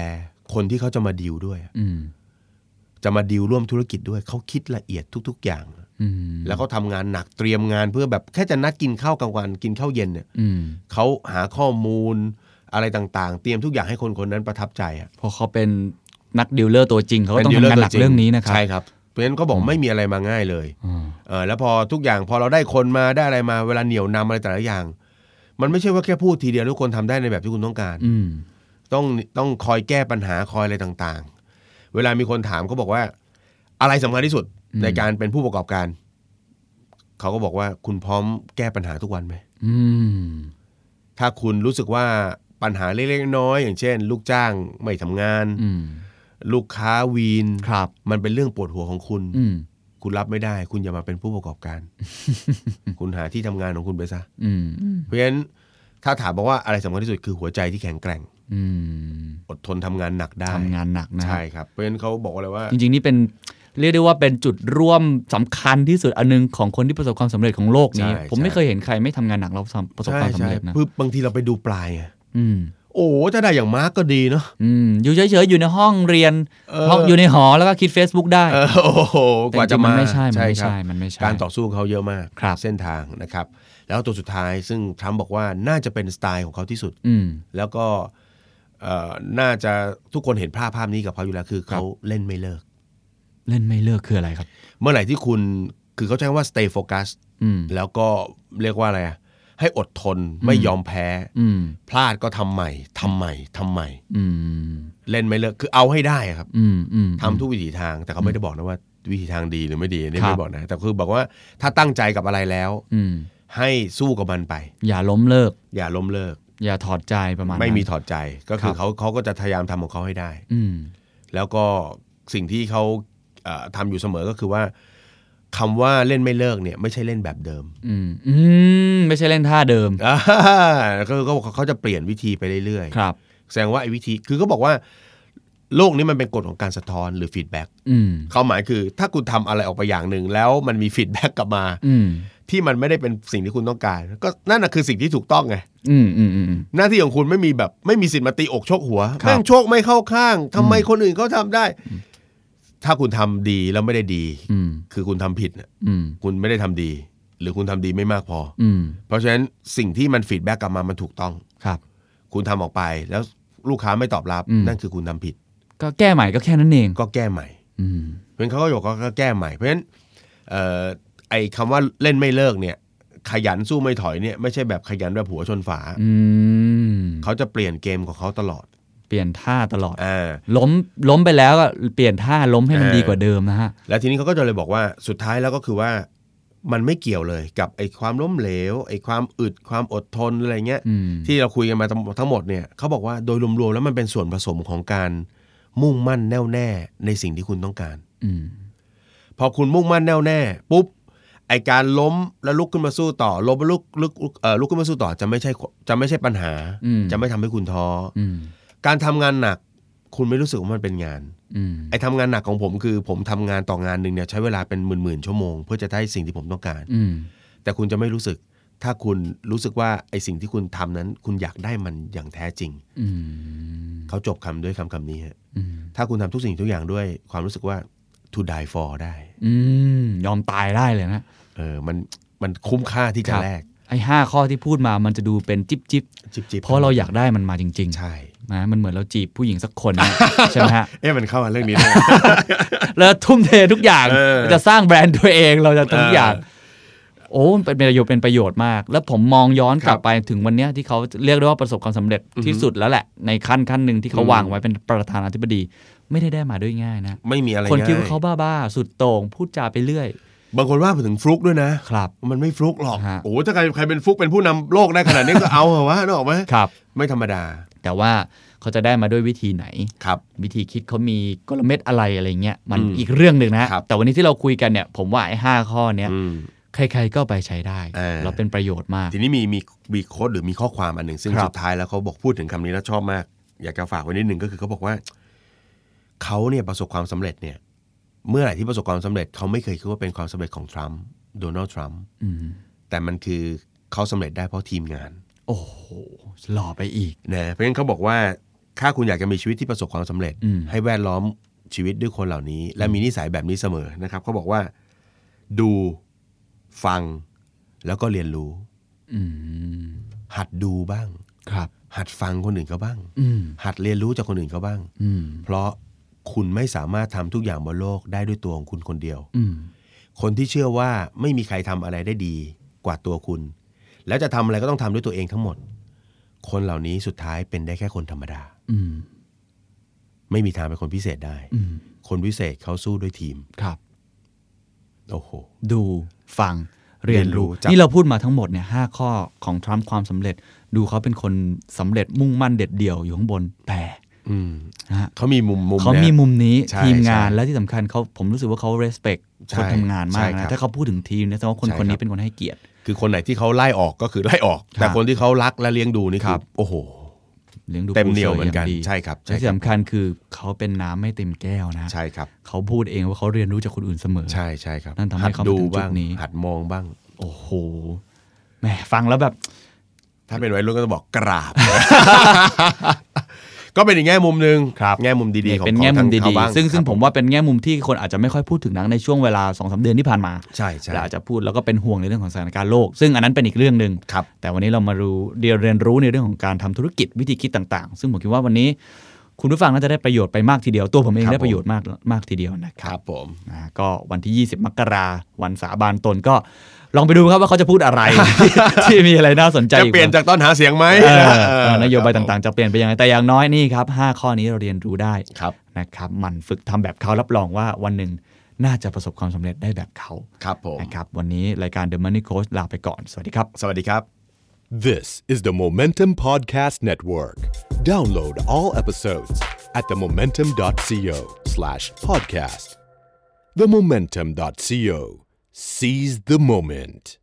S4: คนที่เขาจะมาดีลด้วย
S3: อืม
S4: จะมาดีลร่วมธุรกิจด้วยเขาคิดละเอียดทุก ๆ อย่าง
S3: อืม
S4: แล้วเขาทำงานหนักเตรียมงานเพื่อแบบแค่จะนัดกินข้าวกลางวันกินข้าวเย็นเนี่ย
S3: อืม
S4: เขาหาข้อมูลอะไรต่างๆ เตรียมทุกอย่างให้คนคนนั้นประทับใจอะ
S3: เพอเขาเป็นนักดีลเลอร์ตัวจริง เขาก็ต้องทำงานหนักเรื่องนี้นะครับ
S4: ใช่ครับเพราะฉะนั้นเขาบอกไม่มีอะไรมาง่ายเลย
S3: อ่า
S4: เออแล้วพอทุกอย่างพอเราได้คนมาได้อะไรมาเวลาเหนี่ยวนำอะไรแต่ละอย่าง มันไม่ใช่ว่าแค่พูดทีเดียวทุกคนทำได้ในแบบที่คุณต้องการ
S3: อืม
S4: ต้องต้องคอยแก้ปัญหาคอยอะไรต่างๆ เวลามีคนถามเขาบอกว่า อะไรสำคัญที่สุดในการเป็นผู้ประกอบการเขาก็บอกว่าคุณพร้อมแก้ปัญหาทุกวันไหม
S3: อืม
S4: ถ้าคุณรู้สึกว่าปัญหาเล็กๆน้อยๆอย่างเช่น ลูกจ้างไม่ทำงาน
S3: อืม
S4: ลูกค้าวีน
S3: ครับ
S4: มันเป็นเรื่องปวดหัวของคุณ
S3: อืม
S4: คุณรับไม่ได้ คุณอย่ามาเป็นผู้ประกอบ การ คุณหาที่ทำงานของคุณไปซะ
S3: อืม
S4: เพราะฉะนั้นถ้าถามบอกว่าอะไรสำคัญที่สุดคือหัวใจที่แข็งแกร่ง
S3: อืม
S4: อดทนทำงานหนักได้
S3: ทำงานหนักนะครั
S4: ใช่
S3: บ
S4: ครับ เพราะฉะนั้นเขาบอกเลยว่า
S3: จริงๆ นี่เป็นเรียกได้ว่าเป็นจุดร่วมสำคัญที่สุดอันหนึงของคนที่ประสบความสำเร็จของโลกนี้
S4: ใช่
S3: ผม
S4: ใช่
S3: ไม่เคยเห็นใครไม่ทำงานหนักแล้วประสบความสำเร็จนะ
S4: คือบางทีเราไปดูปลายไง
S3: อืม
S4: โอ้ถ้าได้อย่างมาร์กก็ดีเนาะ
S3: อืมอยู่เฉยๆอยู่ในห้องเรียน
S4: เออ
S3: ห้องอยู่ในหอแล้วก็คิด Facebook ได้
S4: เออโอ้โหกว่าจะมา
S3: แต่จริงๆมันไม่ใช่มันไม่
S4: ครับ
S3: ใช่มันไม่ใช่
S4: การต่อสู้เขาเยอะมาก
S3: ครับ
S4: เส้นทางนะครับ แล้วตัวสุดท้ายซึ่งทรัมป์บอกว่าน่าจะเป็นสไตล์ของเขาที่สุด
S3: อืม
S4: แล้วก็เอ่อน่าจะทุกคนเห็นภาพภาพนี้กับเขาอยู่แล้วคือเขาเล่นไม่เลิก
S3: เล่นไม่เลิกคืออะไรครับ
S4: เมื่อไหร่ที่คุณ คือเขาใช้คำว่า stay focus
S3: อืม
S4: แล้วก็เรียกว่าอะไรอะให้อดทนไม่ยอมแพ้
S3: อืม
S4: พลาดก็ทำใหม่ทำใหม่ทำใหม่
S3: อืม
S4: เล่นไม่เลิกคือเอาให้ได้อะครับ
S3: อืมอืม
S4: ทำทุกวิถีทางแต่เขาไม่ได้บอกนะว่าวิธีทางดีหรือไม่ดีอันนี่
S3: ครับ
S4: ไม่บอกนะ แต่คือบอกว่าถ้าตั้งใจกับอะไรแล้ว
S3: อืม
S4: ให้สู้กับมันไป
S3: อย่าล้มเลิก
S4: อย่าล้มเลิก
S3: อย่าถอดใจประมาณนั้น
S4: ไม่มีถอดใจก็
S3: ค
S4: คื
S3: รั
S4: อบ เขาเขาก็จะพยายามทำของเขาให้ได้
S3: อืม
S4: แล้วก็สิ่งที่เขาเอ่อทำอยู่เสมอก็คือว่าคำว่าเล่นไม่เลิกเนี่ยไม่ใช่เล่นแบบเดิม
S3: อืม อืม ไม่ใช่เล่นท่าเดิม
S4: อ่า ก็คือเขาบอกเขาจะเปลี่ยนวิธีไปเรื่อย
S3: ครับ
S4: ๆแสดงว่าไอ้วิธีคือเขาบอกว่าโลกนี้มันเป็นกฎของการสะท้อนหรือฟีดแบ็ก
S3: อืม
S4: เขามหมายคือถ้าคุณทำอะไรออกไปอย่างหนึ่งแล้วมันมีฟีดแบ็กกลับมา
S3: อืม
S4: ที่มันไม่ได้เป็นสิ่งที่คุณต้องการ ก็นั่นน่ะคือสิ่งที่ถูกต้องไง
S3: อืมอืมอืม
S4: หน้าที่ของคุณไม่มีแบบไม่มีสิทธิ์มาตีอกชกหัว
S3: ครับ
S4: แม่งโชคไม่เข้าข้างทำไมคนอื่นเขาทำได้ ถ้าคุณทำดีแล้วไม่ได้ดี
S3: อืม
S4: คือคุณทำผิดน่ะ
S3: อืม
S4: คุณไม่ได้ทำดี หรือคุณทำดีไม่มากพอ
S3: อืม
S4: เพราะฉะนั้นสิ่งที่มันฟีดแบ็กกลับมามันถูกต้อง
S3: ครับ
S4: คุณทำออกไป แล้วลูกค้าไม่ตอบรับ
S3: อืม
S4: นั่นคือคุณทำผิด
S3: ก็แก้ใหม่ก็แค่นั้นเอง
S4: ก็แก้ใหม่
S3: อืม
S4: เพราะฉะนั้นเขาก็บอกว่าก็แก้ใหม่ เพราะฉะนั้นเอ่อไอ้คำว่าเล่นไม่เลิกเนี่ย ขยันสู้ไม่ถอยเนี่ยไม่ใช่แบบขยันแบบหัวชนฝา
S3: อืม
S4: เขาจะเปลี่ยนเกมของเขาตลอด
S3: เปลี่ยนท่าตลอด
S4: อ่า
S3: ล้ม ล้มไปแล้วก็เปลี่ยนท่าล้มให้มัน
S4: เออ
S3: ดีกว่าเดิมนะฮะ
S4: แล้วทีนี้เขาก็จะเลยบอกว่าสุดท้ายแล้วก็คือว่ามันไม่เกี่ยวเลยกับไอ้ความล้มเหลวไอ้ความอึดความอดทนอะไรเงี้ย
S3: อืม
S4: ที่เราคุยกันมาทั้งทั้งหมดเนี่ยเขาบอกว่าโดยรวมๆแล้วมันเป็นส่วนผสมของการมุ่งมั่นแน่วแน่ในสิ่งที่คุณต้องการ
S3: อืม
S4: พอคุณมุ่งมั่นแน่วแน่ปุ๊บไอการล้มแล้วลุกขึ้นมาสู้ต่อล้มแล้วลุกลุกเอ่อลุกขึ้นมาสู้ต่อจะไม่ใช่จะไม่ใช่ปัญหา
S3: อืม
S4: จะไม่ทำให้คุณท้ออ
S3: อืม
S4: การทำงานหนัก คุณไม่รู้สึกว่ามันเป็นงาน
S3: อืม
S4: ไอ้ทำงานหนักของผมคือผมทำงานต่องานหนึ่งเนี่ยใช้เวลาเป็นหมื่นๆชั่วโมงเพื่อจะได้สิ่งที่ผมต้องการ
S3: อืม
S4: แต่คุณจะไม่รู้สึก ถ้าคุณรู้สึกว่าไอ้สิ่งที่คุณทำนั้น คุณอยากได้มันอย่างแท้จริง
S3: อืม
S4: เขาจบคำด้วยคำคำนี้ฮะ
S3: อืม
S4: ถ้าคุณทำทุกสิ่งทุกอย่างด้วยความรู้สึกว่า to die for ได้
S3: อืม ยอมตายได้เลยนะ
S4: เออมันมันคุ้มค่าที่จะ
S3: ครับ
S4: แลก
S3: ไอ้ห้าข้อที่พูดมามันจะดูเป็นจิ๊บจิบ
S4: จิบจิบ
S3: เพราะเราอยากได้มันมาจริง
S4: ใช่
S3: ๆนะมันเหมือนเราจีบผู้หญิงสักคนนะ ใช่ไหมฮะ
S4: เอ๊ะมันเข้ามาเรื่อง นี้ได้
S3: แล้วทุ่มเททุกอย่าง
S4: เออ
S3: เราจะสร้างแบรนด์ตัวเองเราจะทำทุกอย่าง โอ้มันเป็นประโยชน์เป็นประโยชน์มาก แล้วผมมองย้อนกลับไปถึงวันเนี้ยที่เขาเรียกได้ว่าประสบความสำเร็จที่สุดแล้วแหละ ในขั้นขั้นหนึ่งที่เขาวางไว้เป็นประธานาธิบดี ไม่ได้ได้มาด้วยง่ายนะ
S4: ไม่มีอะไร
S3: คนคิด
S4: ง่า
S3: ว่ายเขาบ้าๆสุดโต่งพูดจาไปเรื่อย
S4: บางคนว่าไปถึงฟลุกด้วยนะ
S3: ครับ
S4: มันไม่ฟลุกหรอก
S3: ฮะ
S4: โอ้โหถ้าใครใครเป็นฟลุกเป็นผู้นำโลกได้ขนาดนี้ก็เอาเหรอะวะนึกออกไหม
S3: ครับ
S4: ไม่ธรรมดา
S3: แต่ว่าเขาจะได้มาด้วยวิธีไหน
S4: ครับ
S3: วิธีคิดเขามีกลเม็ดอะไรอะไรเงี้ยมัน
S4: อืม
S3: อีกเรื่องหนึ่งนะ
S4: ครับ
S3: แต่วันนี้ที่เราคุยกันเนี่ย ผมว่าไอ้ห้าข้อเนี้ย
S4: อืม
S3: ใครๆก็ไปใช้ได้
S4: เออ
S3: แล้วเป็นประโยชน์มาก
S4: ทีนี้มีมีมีโค้ดหรือมีข้อความอันหนึ่ง ซึ่ง
S3: ครับ
S4: สุดท้ายแล้วเขาบอกพูดถึงคำนี้แล้วชอบมาก อยากจะฝากไว้นิดหนึ่งก็คือเขาบอกว่าเขาเนี่ยประสบความสำเร็จเนี่ย เมื่อไหร่ที่ประสบความสำเร็จเขาไม่เคยคิดว่าเป็นความสำเร็จของทรัมป์โดนัลด์ทรัมป์
S3: อืม
S4: แต่มันคือเขาสำเร็จได้เพราะทีมงาน
S3: โอ้โหหล่อไปอีก
S4: นะเพราะฉะนั้นเขาบอกว่าถ้าคุณอยากจะมีชีวิตที่ประสบความสำเร็จ
S3: อืม
S4: ให้แวดล้อมชีวิตด้วยคนเหล่านี้ และมีนิสัยแบบนี้เสมอนะครับเขาบอกว่าดูฟังแล้วก็เรียนรู้
S3: อืม
S4: หัดดูบ้าง
S3: ครับ
S4: หัดฟังคนอื่นเขาบ้าง
S3: อืม
S4: หัดเรียนรู้จากคนอื่นเขาบ้าง
S3: อืม
S4: เพราะคุณไม่สามารถทำทุกอย่างบนโลกได้ด้วยตัวของคุณคนเดียว
S3: อืม
S4: คนที่เชื่อว่าไม่มีใครทำอะไรได้ดีกว่าตัวคุณ แล้วจะทำอะไรก็ต้องทำด้วยตัวเองทั้งหมด คนเหล่านี้สุดท้ายเป็นได้แค่คนธรรมดา
S3: อืม
S4: ไม่มีทางเป็นคนพิเศษได้
S3: อืม
S4: คนพิเศษเขาสู้ด้วยทีม
S3: ครับ
S4: โอ้โห
S3: ดูฟังเรียนรู้
S4: เรียนรู้จับ
S3: นี่เราพูดมาทั้งหมดเนี่ยห้าข้อของทรัมป์ความสำเร็จ ดูเขาเป็นคนสำเร็จมุ่งมั่นเด็ดเดี่ยวอยู่ข้างบนแต่
S4: อืม
S3: นะฮะ
S4: เขามีมุมมุม
S3: เขา
S4: นี่ย
S3: มีมุมนี้
S4: ใช่
S3: ทีมงาน
S4: ใช่
S3: และที่สำคัญเขาผมรู้สึกว่าเขา respect
S4: ใช่
S3: คนทำงานมาก
S4: ใช่ครั
S3: นะ
S4: บ
S3: ถ้าเขาพูดถึงทีมเนี่ยแสดงว่าคน
S4: ใช่ค
S3: ครับ นนี้เป็นคนให้เกียรติ
S4: คือคนไหนที่เขาไล่ออกก็คือไล่ออก แต่
S3: ครับ
S4: คนที่เขารักและเลี้ยงดูนี่
S3: ค
S4: คื
S3: รั
S4: อบ โอ้โห
S3: เลี้ยงดู
S4: เต็มเหนียว
S3: ผู้
S4: เหมือนกัน
S3: ย่างดี
S4: ใช่ครับใช่
S3: และที่
S4: ครับ
S3: สำคัญคือเขาเป็นน้ำไม่เต็มแก้วนะ
S4: ใช่ครับ
S3: เขาพูดเองว่าเขาเรียนรู้จากคนอื่นเสมอ
S4: ใช่ใช่ครับ
S3: นั่นทำให้
S4: หัด
S3: เขามา
S4: ดู
S3: ถึงจุด
S4: บ้าง
S3: นี้
S4: หัดมองบ้าง
S3: โอ้โหแหมฟังแล้วแบบ
S4: ถ้าเป็นวัยรุ่นก็จะบอกกราบ ก็เป็นอีกแง่มุมหนึ่ง
S3: ครับ
S4: แง่มุมดีๆของ
S3: เป็นแง่มุม
S4: ของทา
S3: ดี
S4: เขาบ้า
S3: ๆ ซึ่งซึ่งผมว่าเป็นแง่มุมที่คนอาจจะไม่ค่อยพูดถึงนักในช่วงเวลา2อสเดือนที่ผ่านมา
S4: ใช่ใช่
S3: และอาจจะพูดแล้วก็เป็นห่วงในเรื่องของสถานการณ์โลก ซึ่งอันนั้นเป็นอีกเรื่องหนึ่ง
S4: ครับ
S3: แต่วันนี้เรามารู้เรียนเรียนรู้ในเรื่องของการทำธุรกิจวิธีคิดต่างๆ ซึ่งผมคิดว่าวันนี้ คุณผู้ฟังน่าจะได้ประโยชน์ไปมากทีเดียว ตัวผมเอง
S4: ครับ
S3: ได้ประโยช
S4: ผ
S3: น์
S4: ม
S3: มากมากทีเดียวนะค
S4: ค
S3: รั
S4: รั
S3: บบ
S4: ผม
S3: อ่าก็วันที่ 20 มกราวันสาบานตนก็ลองไปดูครับว่าเขาจะพูดอะไร ที่ที่มีอะไรน่าสนใจ
S4: จะ
S3: อีก
S4: เปลี่ยนจากตอนหาเสียงไหม
S3: เออ
S4: นะ
S3: เอ
S4: เออ
S3: อ นโยบายต่างๆ จะเปลี่ยนไปยังไงแต่อย่างน้อยนี่ครับห้าข้อนี้เราเรียนรู้ได้
S4: ครับ
S3: นะครับหมันฝึกทำแบบเขารับรองว่าวันหนึ่งน่าจะประสบความสำเร็จได้แบบเขา
S4: ครับผม
S3: นะครับวันนี้รายการ The Money Coach ลาไปก่อน สวัสดีครับ
S4: สวัสดีครับ
S1: This is the Momentum Podcast Network. Download all episodes at themomentum.co slash podcast. Themomentum.co. Seize the moment.